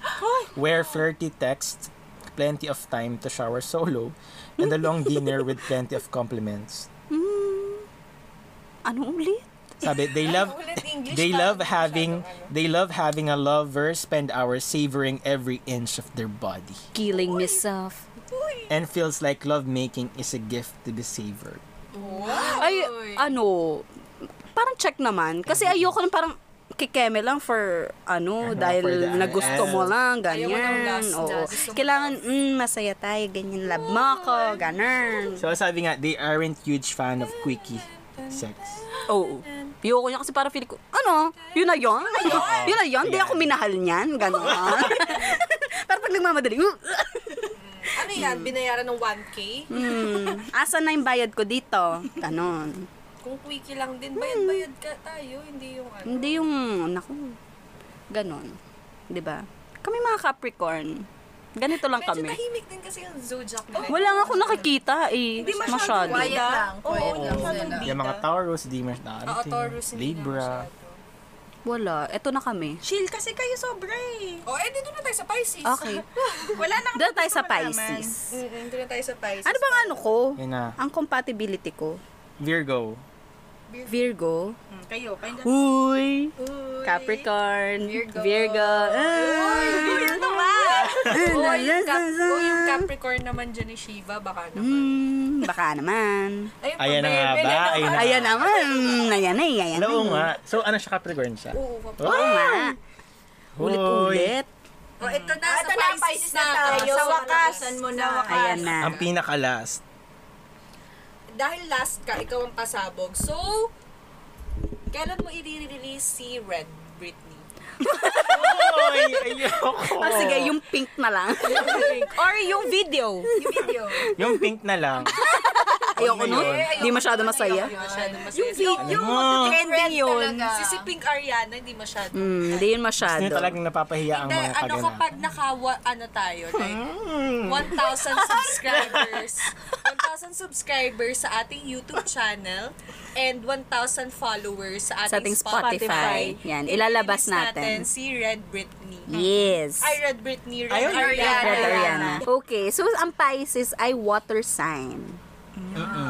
where flirty texts, plenty of time to shower solo, and a long dinner with plenty of compliments. Ano ulit? Sabi, they love Ulit English they para love hindi having masyadong ano. they love having a lover spend hours savoring every inch of their body Killing myself. and feels like love making is a gift to be savored. Ay, ano, parang check naman. Kasi ayoko nang parang kikeme lang for ano, Ano, dahil for the- nagusto mo Yes. lang, Ayaw mo ng ganyan. last na, Oo. gusto mo Kailangan, mm, masaya tayo, ganyan, love mo ako, ganun. So sabi nga, they aren't huge fan of quickie Sex. Oo. Ayoko niya kasi para feeling ko, ano? Yun na yun? yun na yun? Di ako minahal niyan. Ganon. Parang pag nagmamadali, "Uh, Ano yan? Binayaran ng 1K? hmm, asan na yung bayad ko dito? Ganon. Kung quickie lang din, bayad-bayad ka tayo. Hindi yung ano. Hindi yung, naku, ganon. 'Di ba? Kami mga Capricorn, ganito lang Medyo kami. tahimik din kasi yung zodiac na. Wala nga ako nakikita eh. Hindi masyado. Quiet lang. Quiet lang sila. Yung mga Taurus, di masyado. Oo, Taurus. hindi na Libra. masyado. Wala. Eto na kami. Chill kasi kayo sobra eh. Oh, eh, dito na tayo sa Pisces. Okay. Wala na Doon tayo sa malaman. Pisces. Mm, mm, dito na tayo sa Pisces. Ano bang ano ko? Yun na. Ang compatibility ko. Virgo. Virgo. Hmm, kayo, pahinga. Uy. Capricorn. Virgo. Virgo. ano Ah, Oh, yung, Cap- oh, yung Capricorn naman dyan ni Shiva, baka naman. Mm, ah. baka naman. Ayan na nga ba? Ayan na. Ayan naman. Ayan na eh. Ayan na. Alam mo nga. So, ano siya, Capricorn siya? Oo, oh, Oo nga. Ulit-ulit. oh, ito na, Ito na, Pisces na tayo. Sa wakas. ano mo na. Ayan na. Ang pinaka-last. Dahil last ka, ikaw ang pasabog. So, kailan mo i-release si Red Britney? Oy, ayoko. Ah, sige, yung pink na lang. Or yung video. Yung video. Yung pink na lang. Ayoko nun. Di masyado masaya. masyado masaya. Yung Alam mo, Trending yun. Si, si Pink Ariana, hindi masyado. Hmm, di yun masyado. yun talagang napapahiya ang Hindi, mga Hmm. ano kagana. kapag naka, wa- ano tayo, like, 1,000 subscribers. 1,000 subscribers sa ating YouTube channel and 1,000 followers sa ating, Sa ating Spotify. Spotify. Yan, ilalabas Release natin. si Red Britney. Yes. Ay, Red Britney, Red Ayun, Ariana. Red Ariana. Okay, so ang Pisces ay water sign.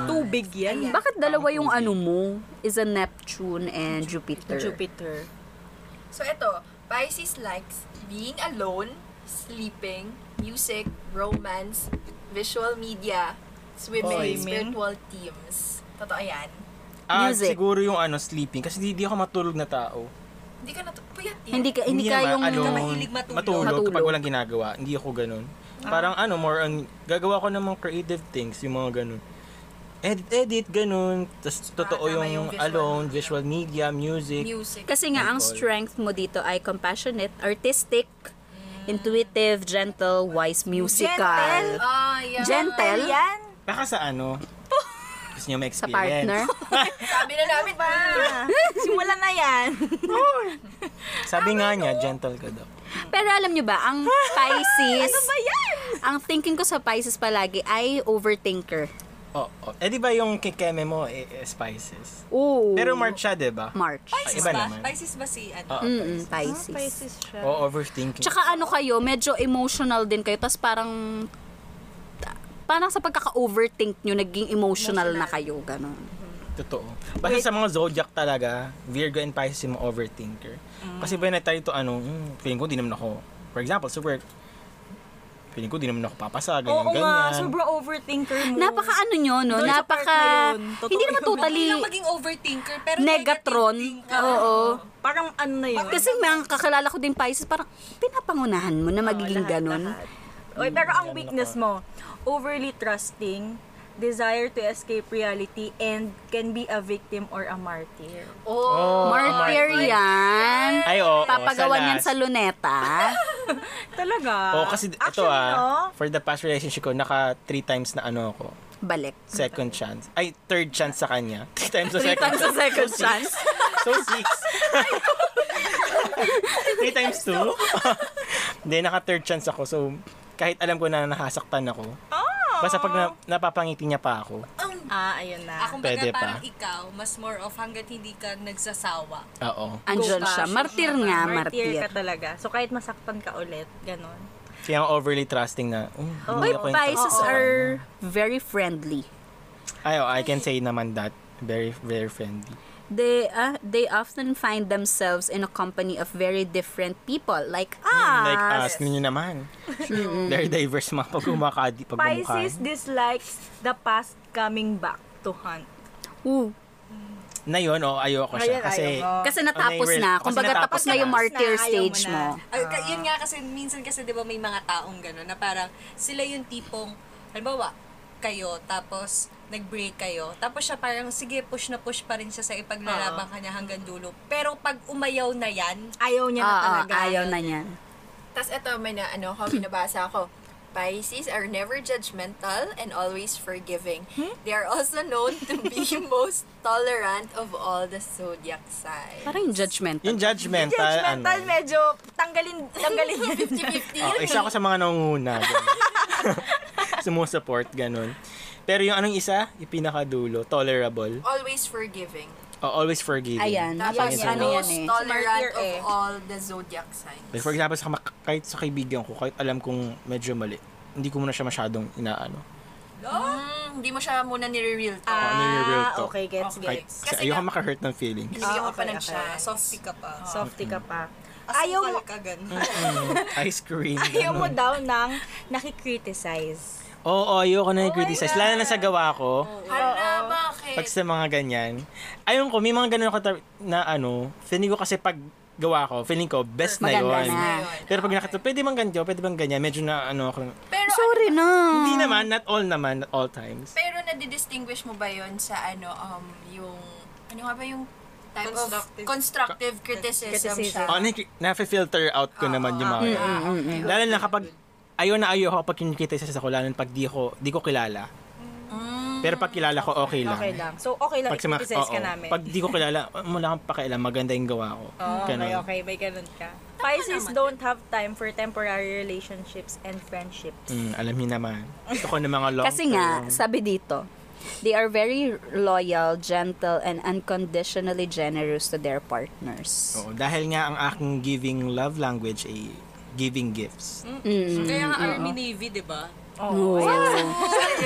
Tubig yan. Bakit dalawa yung ano mo? Is a Neptune and Jupiter. Jupiter. So, ito. Pisces likes being alone, sleeping, music, romance, visual media, Oy. swimming, spiritual teams. Totoo yan. Ah, Music. siguro yung ano, sleeping. Kasi di, di ako matulog na tao. Hindi ka natu- puyat eh. Hindi ka hindi ka naman, yung ano, mahilig matulog. kapag Matulog. walang ginagawa. Hindi ako ganun. Parang ano, more on, gagawa ko ng mga creative things, yung mga ganun. Edit, edit, ganun. Tapos totoo tama, yung, yung visual alone, media. visual media, music. Music. kasi nga ang strength mo dito ay compassionate, artistic, Mm. intuitive, gentle, wise, musical. Ah, yeah. Gentle? Yan. Baka sa ano, gusto niyo Sa ma-experience. partner. Sabi na namin pa. Simula na yan. Sabi nga niya, gentle ka daw. Pero alam nyo Ano ba, ang Pisces... ano ba yan? Ang thinking ko sa Pisces palagi ay overthinker. Oo. Oh, Eh, di ba yung kikeme mo, eh, eh, spices? Oo. Pero March siya, di ba? March. Ah, iba naman. Pisces ba si, ano? Oo. Mm-mm, Ah, Pisces. Oo, overthinking. Tsaka ano kayo, medyo emotional din kayo. Tapos parang parang sa pagkaka-overthink nyo, naging emotional, na kayo. Ganon. Totoo. Basta sa mga zodiac talaga, Virgo and Pisces yung mga overthinker. Mm. Kasi ba na tayo to ano, mm, feeling ko di naman ako, for example, sa work, feeling ko di naman ako papasa, ganyan, Oo ganyan. nga, sobra overthinker mo. Napaka ano nyo, no? Doon sa part Napaka... na yun, totoo hindi naman yun. totally Hindi lang maging overthinker, pero negatron. negative thinker. Oo. Parang ano na yun. Kasi may ang kakilala ko din Pisces, parang pinapangunahan mo na magiging ganon. Oy, pero ang weakness mo, overly trusting, desire to escape reality, and can be a victim or a martyr. Oh. Oh, Martyr yan. Ay, oo. Papagawan yan sa loob. luneta. Talaga. Oo, kasi ito Actually, no? ah, for the past relationship ko, naka three times na ano ako, Balik. second chance. Ay, third chance sa kanya. Three times sa Three second times a second chance. So, six. Three times two? Hindi, naka-third chance ako. So, kahit alam ko na nakasaktan ako. Oh. Basta pag na- napapangiti niya pa ako. Ah, ayun na. Ako baga Pwede pa. parang ikaw, mas more of hanggat hindi ka nagsasawa. Oo. Andyan siya. Martir nga, martyr martir. ka talaga. So, kahit masaktan ka ulit, ganon. Kaya ang overly trusting na, oh, Uy, Pisces are very friendly. Ay, oh, I can say naman that. Very, very friendly. They uh, they often find themselves in a company of very different people like ah, us. Like us, ninyo naman. Very diverse mga pag umakadi, pag Pisces dislikes the past coming back to hunt. Ooh. Na yun, oh, ayoko siya. Ayun, Kasi, ayaw mo. Kasi Ano natapos Kasi na. Kumbaga natapos tapos na yung na. martyr Tapos na, ayaw mo stage na. mo. Ay, ka- Ah. yun nga kasi, minsan kasi di ba may mga taong gano'n na parang sila yung tipong, halimbawa, kayo, tapos nag-break kayo. Tapos siya parang, sige, push na push pa rin siya sa ipaglalaban kanya hanggang dulo. Pero pag umayaw na yan, Ayaw niya na Oo, talaga. Ah, ayaw na niya. Tapos ito, may na, ano, ako, binabasa ako. Pisces are never judgmental and always forgiving. They are also known to be most tolerant of all the zodiac signs. Parang yung judgment. Yung judgmental, Judgmental, ano. medyo tanggalin, tanggalin yung 50-50 Oh, yun. isa ako sa mga nangunguna. ganun. Sumusupport, ganun. Pero yung anong isa, yung pinakadulo, tolerable, Always forgiving. oh, always forgiving. Ayan. Tapos Yung ano yan most eh. tolerant Smartier of eh. all the zodiac signs. Like, for example, sa, kama- kahit sa kaibigan ko, kahit alam kong medyo mali, hindi ko muna siya masyadong inaano. Mm, hindi mo siya muna nire-real to. Ah, nire-real Ah, talk. okay, gets, Kahit, gets. kasi, ayoko makahurt ng feelings. Binigyan ko pa Okay, ng okay. chance. softy ka pa. Softy ka pa. Ayaw Ayaw mo, ka ganun. Mm, Ice cream. ayaw mo ganun. daw ng nakikriticize. Oo, ayoko Oh na i-criticize. Lalo na sa gawa ko. Hala, bakit? Pag sa mga ganyan. Ayun ko, may mga ganun ako ta- na ano, feeling ko kasi pag gawa ko, feeling ko, best na Maganda yun. na. Ayun. Pero pag nakita, pwede bang ganito, pwede bang ganyan, medyo na ano ako. Pero Sorry na. Hindi naman, not all naman, not all times. Pero nadidistinguish mo ba yon sa ano, um, yung, ano nga ba yung type Constructive. of constructive criticism, Criticism. siya? Oh, na- na-filter out ko naman yung mga Ah, ganyan. okay. Lalo na kapag, ayaw na ayaw ako pag kinikriticize ako, lalo na pag di ko, di ko kilala. Pero pag kilala ko, okay lang. Mm. Okay lang. So, okay lang, Pag sa mga, i-criticize ka oo. namin. Pag di ko kilala, wala kang pakialam, maganda yung gawa ko. Oh, Ganun. okay, okay. May ganun ka. Pisces don't have time for temporary relationships and friendships. Mm, alam niyo naman. Gusto ko ng mga long Kasi nga, sabi dito, they are very loyal, gentle, and unconditionally generous to their partners. Oo, dahil nga ang aking giving love language ay giving gifts. Mm. Kaya nga Army Navy, di ba? Oo.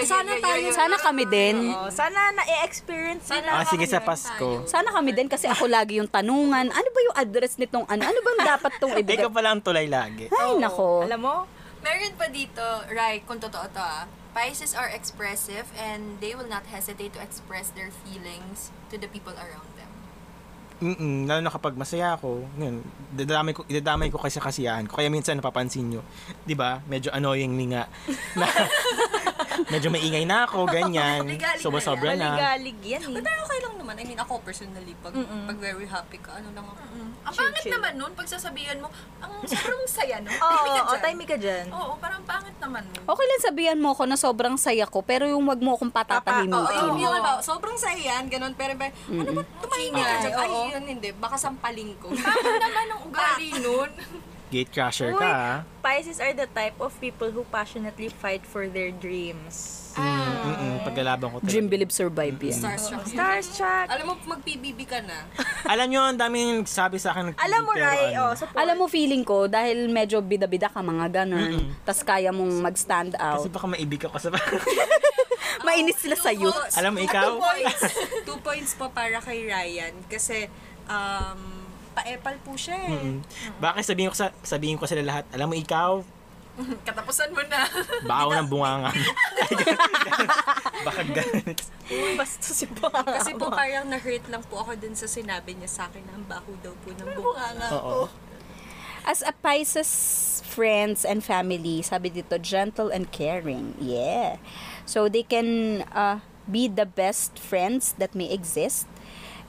Sana tayo. Sana kami din. Oh, sana na-experience nila. Ah, sige sa Pasko. Sana kami din kasi ako lagi yung tanungan. Ano ba yung address nitong ano? Ano bang dapat tong ibigay? Ikaw pala ang tulay lagi. Ay, nako. Alam mo, Meron pa dito, Rai, kung totoo to ah, Pisces are expressive and they will not hesitate to express their feelings to the people around them. Mm-mm, lalo na kapag masaya ako, yun, dadamay ko, idadamay ko kasi kasiyahan ko. Kaya minsan napapansin nyo, di ba, medyo annoyingly nga. Na, medyo maingay na ako, ganyan. Ligaling Sobra-sobra na. maligalig yan eh. Pero okay lang naman. I mean, ako personally, pag, pag very happy ka, ano lang ako. Ang pangit naman nun, pag sasabihan mo, ang sobrang saya nun. Oo, oh, Timing ka oh, dyan. timing ka dyan. Oo, parang pangit naman nun. Okay lang sabihan mo ako na sobrang saya ko, pero yung wag mo akong Oo, patatahimikin. yun ba? Sobrang saya yan, ganun. Pero, pero ano ba, tumahimik ka dyan? Ay, yun, hindi. Baka sampaling ko. Pangit naman ang ugali nun. Gate crasher Uy, ka, ah. Pisces are the type of people who passionately fight for their dreams. Mm, Ah. Mm-mm, paglalaban ko talaga. Dream, believe, survive yan. Starstruck. Starstruck! Alam mo, mag-PBB ka na. Alam nyo, ang daming nagsabi sa akin. Alam mo, pero Rai, ano, oh, support. Alam mo, feeling ko, dahil medyo bida-bida ka, mga ganun. tas kaya mong mag-stand Kasi out. baka maibig ako sa... Mainis sila sa'yo. Alam mo, ikaw? points. Two points pa para kay Ryan. Kasi, um, paepal po siya eh. Bakit sabihin ko sa sabihin ko sila lahat, alam mo ikaw, Katapusan mo na. baka ako ng bunganga. Baka ganun. Basta si Bang. Ah, Kasi po parang na-hurt lang po ako dun sa sinabi niya sa akin na ang baho daw po ng bunganga. Oo. As a Pisces friends and family, sabi dito, gentle and caring. Yeah. So they can uh, be the best friends that may exist.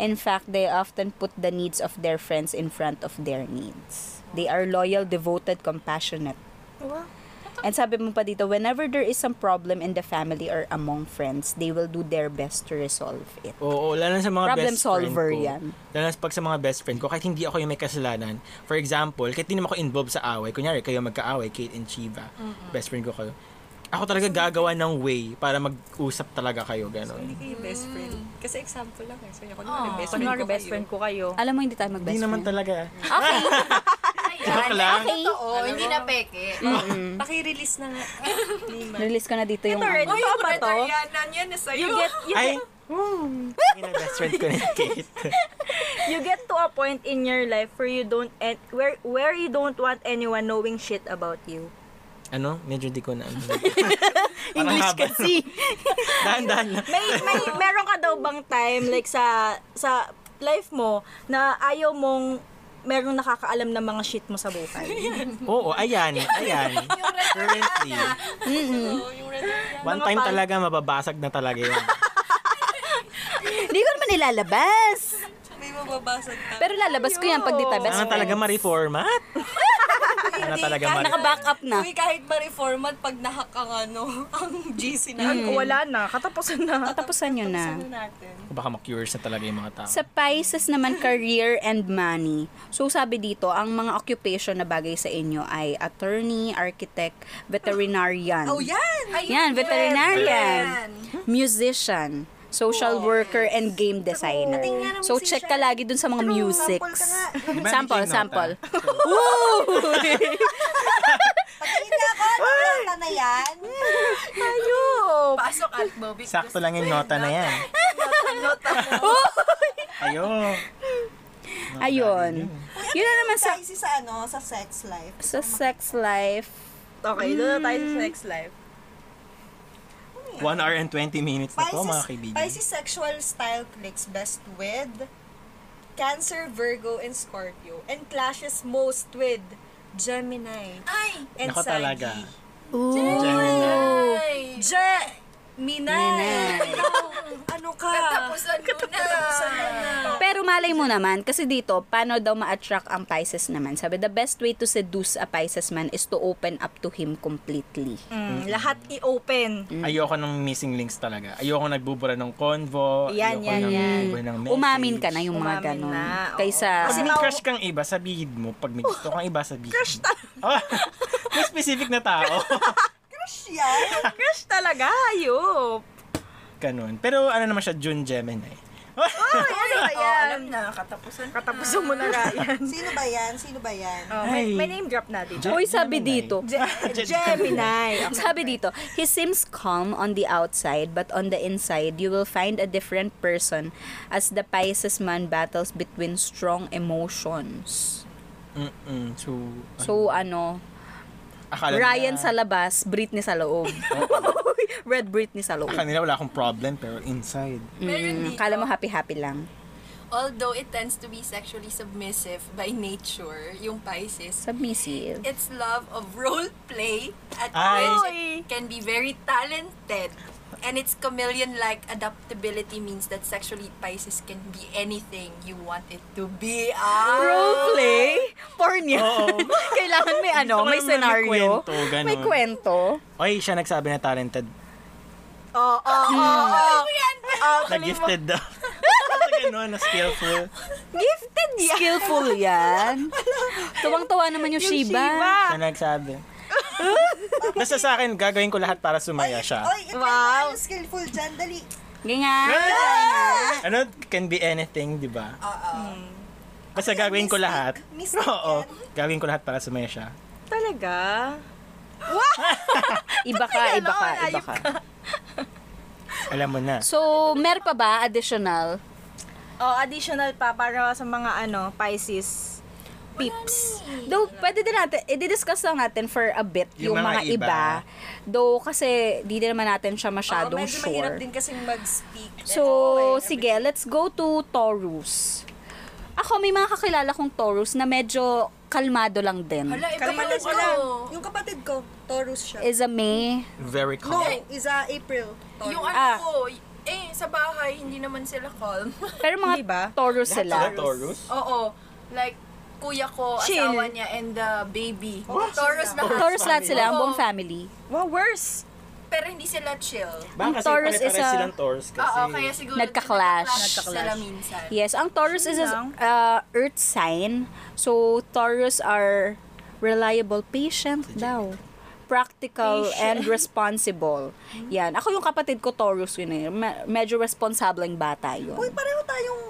In fact, they often put the needs of their friends in front of their needs. They are loyal, devoted, compassionate. And sabi mo pa dito, whenever there is some problem in the family or among friends, they will do their best to resolve it. Oo, lalo na sa mga Problem best friend solver ko. yan. Lalo na pag sa mga best friend ko, kahit hindi ako yung may kasalanan. For example, kahit hindi naman ako involved sa away, kunyari kayo magkaaway, Kate and Chiva, best friend ko kayo. Ako talaga gagawa ng way para mag-usap talaga kayo, gano'n. Hindi kayo best friend. Kasi example lang eh. So, ako naman Ah, yung best friend Kunwari, ko best kayo. friend ko kayo. Alam mo, hindi tayo mag-best Hindi naman friend. talaga. Joke Ayan. lang. Totoo, hindi na peke. Paki-release na nga. Release ko na dito yung... ano. Alright, Uy, totoo ba to? Mariana, yan na sa'yo. You get, you Ay! get, Hmm. Yun ang best friend ko ni Kate. you get to a point in your life where you don't en- where where you don't want anyone knowing shit about you. ano? Medyo di ko na. ano. English haba. kasi. Dahan-dahan lang. May may meron ka daw bang time like sa sa life mo na ayaw mong merong nakakaalam ng mga shit mo sa buhay. Oo, ayan, ayan. Currently. So, yung red One time talaga mababasag na talaga yun. nilalabas. May mababasag ka. Pero lalabas ko yan pag di tayo best Sana friends. talaga ma-reformat. Sana talaga ma Naka-back up na. Uy, kahit ma-reformat pag nahak ang ano, ang GC na. Wala na, katapusan na. Tapusan nyo na. natin. Baka ma-curious na talaga yung mga tao. Sa Pisces naman, career and money. So sabi dito, ang mga occupation na bagay sa inyo ay attorney, architect, veterinarian. Oh, yan! Yan, veterinarian. Musician, social worker, and game designer. So check ka lagi dun sa mga musics. Di ba Sample, yung nota? sample. Woo! Pag hindi ako, ano na yan? Pasok at Bobby. Sakto lang yung nota na yan. Ayun. Ayun. Yun na naman sa, Kasi sa ano, sa sex life. sa sex life. Okay, doon na tayo sa sex life. 1 hour and 20 minutes na po, mga kaibigan. Pisces sexual style clicks best with Cancer, Virgo, and Scorpio. And clashes most with Gemini Ay! and Nako Saggy. talaga. Ay! Gemini! ano ka? Katapusan mo na. Pero malay mo naman, kasi dito, paano daw ma-attract ang Pisces naman? Sabi, the best way to seduce a Pisces man is to open up to him completely. Mm, lahat i-open. Ayoko ng missing links talaga. Ayoko nagbubura ng convo. ayoko Yan, yan, ng yan. nagbubura ng message. Umamin ka na yung mga Umamin ganun. na, oo. Kaysa, Pag may crush kang iba, sabihin mo. Pag may gusto kang iba, sabihin crush mo. Oh, may specific na tao. Crush talaga, ayop. Ganun. Pero ano naman siya, June Gemini. Ano Ay, oh, alam na. Katapusan na. Katapusan mo na Ryan. Ah. Sino ba yan? Sino ba yan? Oh, may, may name drop natin. Ge- Uy, sabi Gemini. dito. Gemini. Oh, Sabi dito, he seems calm on the outside but on the inside you will find a different person as the Pisces man battles between strong emotions. Mm-mm. So, So ano, akala Ryan sa nila, labas, Britney sa loob. Red Britney sa loob. akala nila wala akong problem, pero inside. Mm, Meron dito. kala mo happy-happy lang. Although it tends to be sexually submissive by nature, yung Pisces, Submissive. its love of role play at Ay. which it can be very talented. And its chameleon-like adaptability means that sexually Pisces can be anything you want it to be. Ah! Roleplay? Porn yan. Kailangan may ano, Gusto ko may naman scenario. kwento, ganun. May kwento. Oy, siya nagsabi na talented. Oo, oo, oo. Na-gifted daw. Basta ganun, na skillful. Gifted yan. Skillful yan. Tuwang-tuwa naman yung, Shiba. Siya nagsabi. Basta sa akin, gagawin ko lahat para sumaya siya. Oy, ito wow. yung skillful dyan. Dali. Ganyan. Ano, can be anything, di ba? Oo. Basta gagawin ko lahat. Mystic Oo. Gagawin ko lahat para sumaya siya. Talaga? Iba ka, iba ka, iba ka. Alam mo na. So, meron pa ba additional? Oh, additional pa para sa mga ano, Pisces peeps. Though, pwede din natin, i-discuss lang natin for a bit yung, mga, iba. Though, kasi di din naman natin siya Oo, masyadong medyo mahirap sure. din kasing mag-speak. So, sige, let's go to Taurus. Ako, may mga kakilala kong Taurus na medyo kalmado lang din. Hala, iba Kapatid ko yung lang. ano. Yung kapatid ko, Taurus siya. Is a May. Very No, calm. is a April. Yung ano ko, eh, sa bahay, hindi naman sila calm. Pero mga Hindi ba? Taurus Sila sila. Taurus? Oh, Oo. Like, kuya ko, Chill. asawa niya, and the baby. Oh, Taurus na. Taurus lahat sila, ang Oo. buong family. Wow, worse. Pero hindi sila chill. Ang Taurus pare-pares is a- silang Taurus kasi. Oo, kaya siguro Nagka-clash. sila minsan. Yes, ang Taurus is a lang. uh, earth sign. So, Taurus are reliable, patient daw. Practical and responsible. Yan. Ako yung kapatid ko, Taurus yun eh. Me- medyo responsableng bata yun. Uy, pareho tayong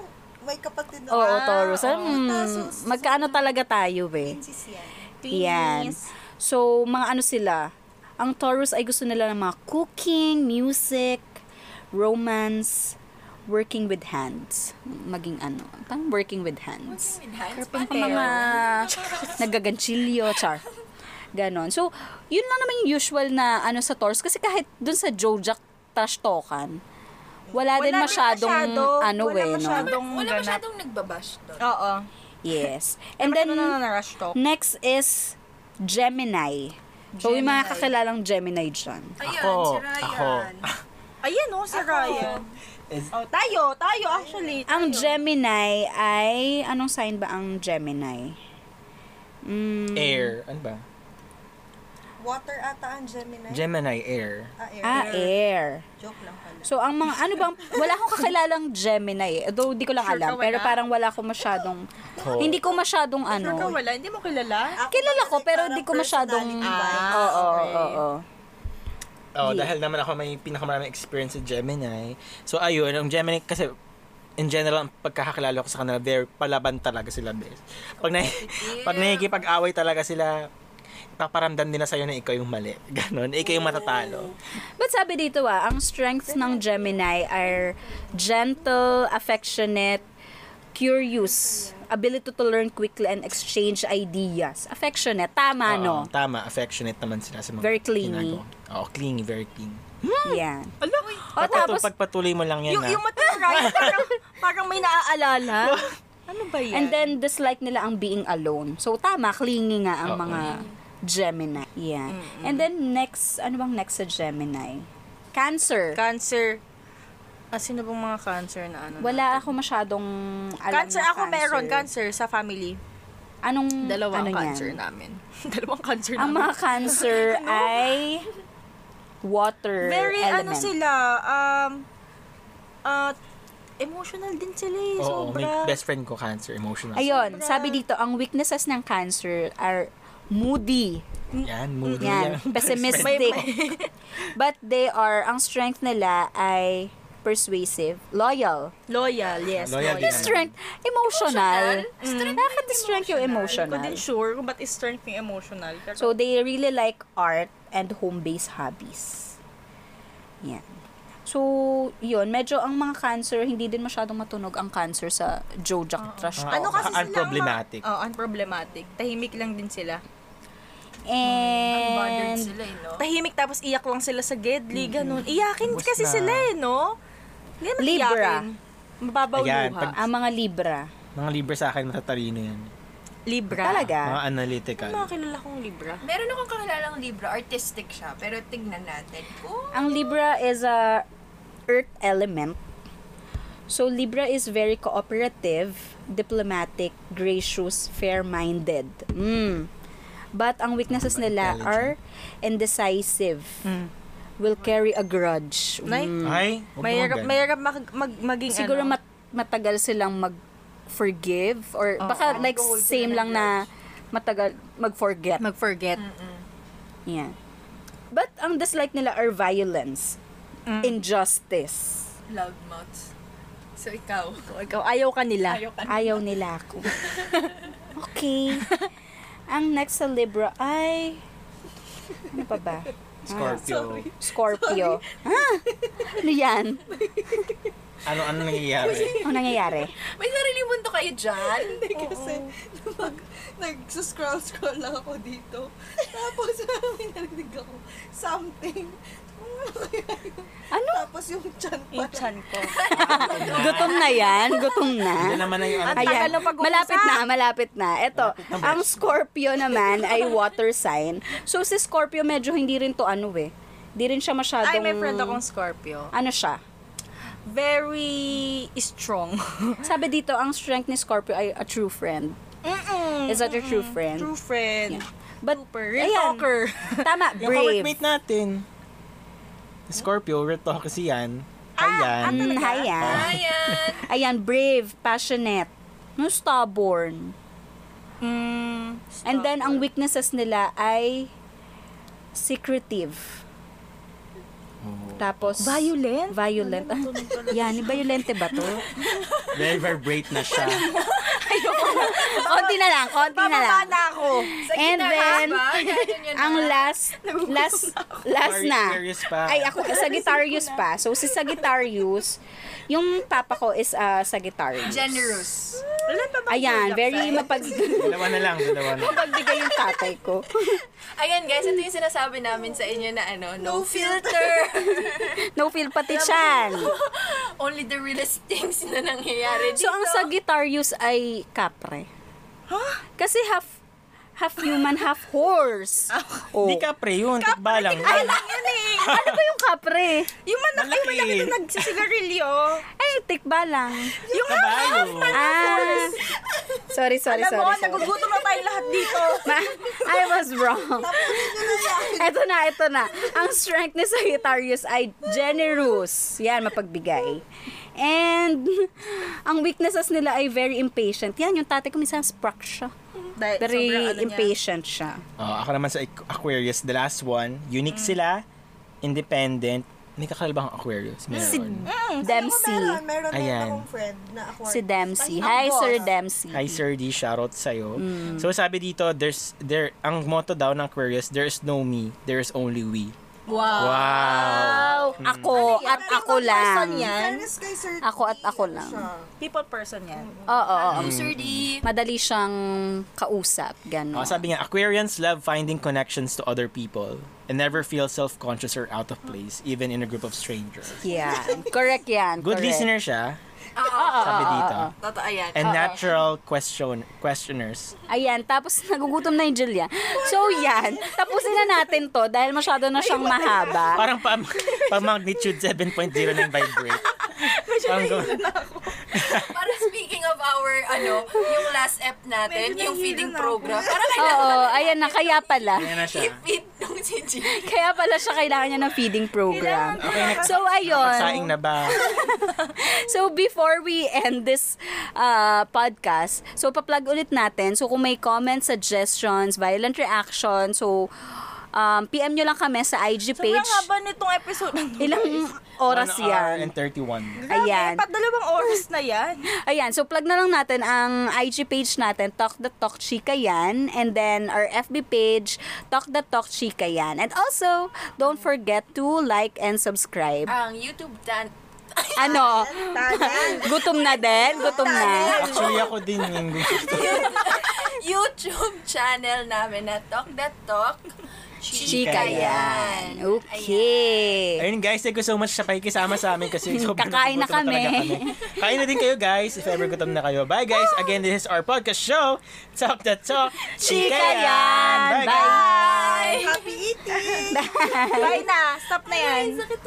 may kapatid na. Oo, Taurus. oo. Hmm, Taurus. magkaano talaga tayo eh. Sis yan. Yan. So, mga ano sila? Ang Taurus ay gusto nila ng mga cooking, music, romance, working with hands. Maging ano? Parang working with hands. With hands, Ang mga nagaganchilyo, char. Ganon. So, yun lang naman yung usual na ano sa Taurus. Kasi kahit dun sa Jojack trash talkan, wala, din din masyadong masyado. ano Wala eh, no? masyadong wala ganap. masyadong nagbabash doon. Oo. Yes. And Then, then, ano na na rush talk? next is Gemini. So, yung mga kakilalang Gemini dyan. Ayan, Ako, si Ryan. ako. Ayan, oh, si Ryan. Is- Oh, tayo, tayo actually. Ang tayo. Gemini ay, anong sign ba ang Gemini? Mm, Air. Ano ba? Water ata ang Gemini. Gemini air. ah, air. Ah, air. Joke lang pala. So, ang mga, ano bang, wala akong kakilalang Gemini. eh. Though, di ko lang Sure ka alam. Pero wala? parang wala akong masyadong, Ko. hindi ko masyadong ano. Sure ka wala, hindi mo kilala. Ako Kilala ko, kasi pero parang di ko masyadong, personality wise. oo, oo, okay. oo. Oh, Ye- dahil naman ako may pinakamaraming experience sa Gemini. So, ayun, ang Gemini kasi in general, ang pagkakakilala ko sa kanila, very palaban talaga sila, bes. Pag, na, pag nakikipag-away talaga sila, paparamdam nila sa'yo na ikaw yung mali. Ganon, ikaw yung matatalo. But sabi dito ah, ang strengths ng Gemini are gentle, affectionate, curious, ability to learn quickly and exchange ideas. Affectionate, tama Oo, no? tama, affectionate naman sila sa mga Ano? Very clingy. Oo, clingy, very clingy. Hmm. Yan. Ala, O Pagpatu- Oh, tapos, pagpatuloy mo lang yan, yung, ah. yung matira, parang, parang may naaalala. ano ba yan? and then dislike nila ang being alone. So tama, clingy nga ang Oo. mga Gemini. Yan. And then next, ano bang next sa Gemini? Cancer. Cancer. Ah, sino bang mga cancer na ano? Wala ako masyadong alam Cancer, na ako meron cancer Hmm. sa family. Anong, Dalawang ano yan? cancer namin. Dalawang cancer Ang namin. mga cancer ay water Very ano element. sila, um, uh, emotional din sila eh, Oo, may sobra. best friend ko, cancer, emotional. Ayun, Sobra. sabi dito, ang weaknesses ng cancer are moody. Yan, moody Yan, yan. pessimistic. But they are, ang strength nila ay persuasive, loyal. Loyal, yes. Loyal din. Loyal. Strength, emotional. Mm. Emotional? Strength Bakit strength yung Hindi ko din emotional? sure kung ba't is strength yung emotional. Pero, So, they really like art and home-based hobbies. Yan. So, yun, medyo ang mga cancer, hindi din masyadong matunog ang cancer sa Jojack Trash Ah, Talk. ano kasi sila? Unproblematic. ma- Oo, unproblematic. Tahimik lang din sila. And, Bothered sila, eh, no? Tahimik tapos iyak lang sila sa gedli, ganun. Iyakin Ubus kasi na. sila eh, no? Hindi naman Libra. iyakin. Mababaw Ayan, luha. pag- ang mga Libra. Mga libre sa akin, matatalino yan. Libra. Ano Talaga. Mga analytical. Mga kilala kong Libra. Meron akong kakilalang libro, artistic siya, pero tignan natin. Oh, Ang Libra is a earth element. So Libra is very cooperative, diplomatic, gracious, fair-minded. Mm. But ang weaknesses nila are indecisive. Mm. Will carry a grudge. Nay, Mm. Ay, huwag naman Mahirap, ganun. mahirap mag, mag- maging Siguro ano. mat- matagal silang mag forgive or baka like Mag-hold Oh. sila same ng lang na matagal mag-forget. mag-forget. Yeah. But ang dislike nila are violence, Mm. injustice. loud mouths. So, ikaw. Ikaw, ayaw ka nila. Ayaw ka. Ayaw nila ako. okay. Ang next sa Libra ay... Ano pa ba? Scorpio. Scorpio. Ha? Ano yan? Ano, ano nangyayari? Ano nangyayari? May sarili mundo kayo dyan. kasi nag, nag-scroll-scroll lang ako dito. Tapos may narinig ako something. Ano? Tapos yung chan pa. Chan ko. Gutom na yan? Gutom na? Yan naman na yung ano. Ayan. Malapit na, malapit na. Ito, ang Scorpio naman ay water sign. So, si Scorpio medyo hindi rin to ano eh. Hindi rin siya masyadong... Ay, may friend akong Scorpio. Ano siya? Very strong. Sabi dito, ang strength ni Scorpio ay a true friend. Mm-mm. Is that your true friend? True friend. Yeah. But, Super. Real ayan. talker. Tama, Yung brave. ka-workmate natin. Scorpio, retoxy yan. Ayan. Mm, hayan. Ayan. Ayan, brave, passionate, no stubborn. mm, And then, ang weaknesses nila ay secretive. Tapos, violent? violent. Yan, violente ba to? Very vibrate na siya. konti na lang, konti na lang. na ako. And then, Ba? Ganyan yun ang na. last, last, last na. Aquarius pa. Ay, ako, Sagittarius pa. So, si Sagittarius, yung papa ko is a Sagittarius. Generous. Wala pa ba? Ayan, very mapag... Dalawa na lang, dalawa na. mapagbigay yung tatay ko. Ayan guys, ito yung sinasabi namin sa inyo na ano, no, filter. No feel pati chan. Only the realest things na nangyayari dito. So, ang Sagittarius ay Capre. Kasi half half human, half horse. Oh. Hindi ka pre yun. Tikba lang. Ay, Ay, lang yun eh. ano ba yung kapre? Yung manak, ay Malaki. malaki na nagsisigarilyo. Ay, Eh, tikba lang. Yung Kabayo. Ah. Sorry, sorry, Alam mo, sorry. sorry. nagugutom na tayo lahat dito. Ma- I was wrong. ito na, ito na. Ang strength ni Sagittarius ay generous. Yan, mapagbigay. And ang weaknesses nila ay very impatient. Yan, yung tatay ko minsan struck siya. Dahil Very sobrang ano niya. impatient siya. Oh, ako naman sa Aqu- Aquarius, the last one. Unique Mm. sila, independent. May kakalabang Aquarius. Meron. Si Hmm, Meron, Dempsey. meron Ayan. Ayan. akong friend na ako. Si Dempsey. Hi, Sir Dempsey. Hi Sir D, shoutout sa'yo. Mm. So sabi dito, there's there ang motto daw ng Aquarius, there is no me, there is only we. Wow. Wow. Ano Ako at ako Person lang. yan. Fairness kay Sir Ako at T, ako ano lang. siya? People person yan. Oo, oo, oo. Sir D. Madali siyang kausap. Ganon. Oh, Mm. sabi nga, Aquarians love finding connections to other people and never feel self-conscious or out of place, even in a group of strangers. Yeah. Correct yan. Good correct. Ah, listener siya, Oo. sabi dito. Totoo yan. And natural question questioners. Ayan, tapos nagugutom na yung Julia. So yan, tapusin na natin to dahil masyado na siyang mahaba. Parang pa, pa magnitude 7.0 ng vibrate. Ang- Para speaking of our, ano, yung last app natin, yung feeding program, para Oo, kailangan ayan na, kaya pala. Ayan na siya. i-feed nung si Jillian. Kaya pala siya kailangan niya ng feeding program. So Pagsaing ayun, na ba? so before we end this uh, podcast, so pa-plug ulit natin. So kung may comments, suggestions, violent reaction, so um, PM nyo lang kami sa IG Sobrang page. haba nitong episode. Ilang oras One hour yan? and 31. Ayan. Dapat dalawang oras na yan. Ayan, so plug na lang natin ang IG page natin, Talk the Talk Chika yan. And then our FB page, Talk the Talk Chika yan. And also, don't forget to like and subscribe. Ah, Ang YouTube tan... Ano? gutom na din? Gutom na? Actually, ako din yung gusto. YouTube channel namin na Talk That Talk. Chika yan. Okay. Ayun guys, thank you so much sa pakikisama sa amin kasi sobrang Kakain na gutom talaga kami. Kain na din kayo guys, if ever gutom na kayo. Bye guys, again, this is our podcast show, Talk the Talk, Chika yan. guys. Bye. Happy eating! Bye na. Stop na yan.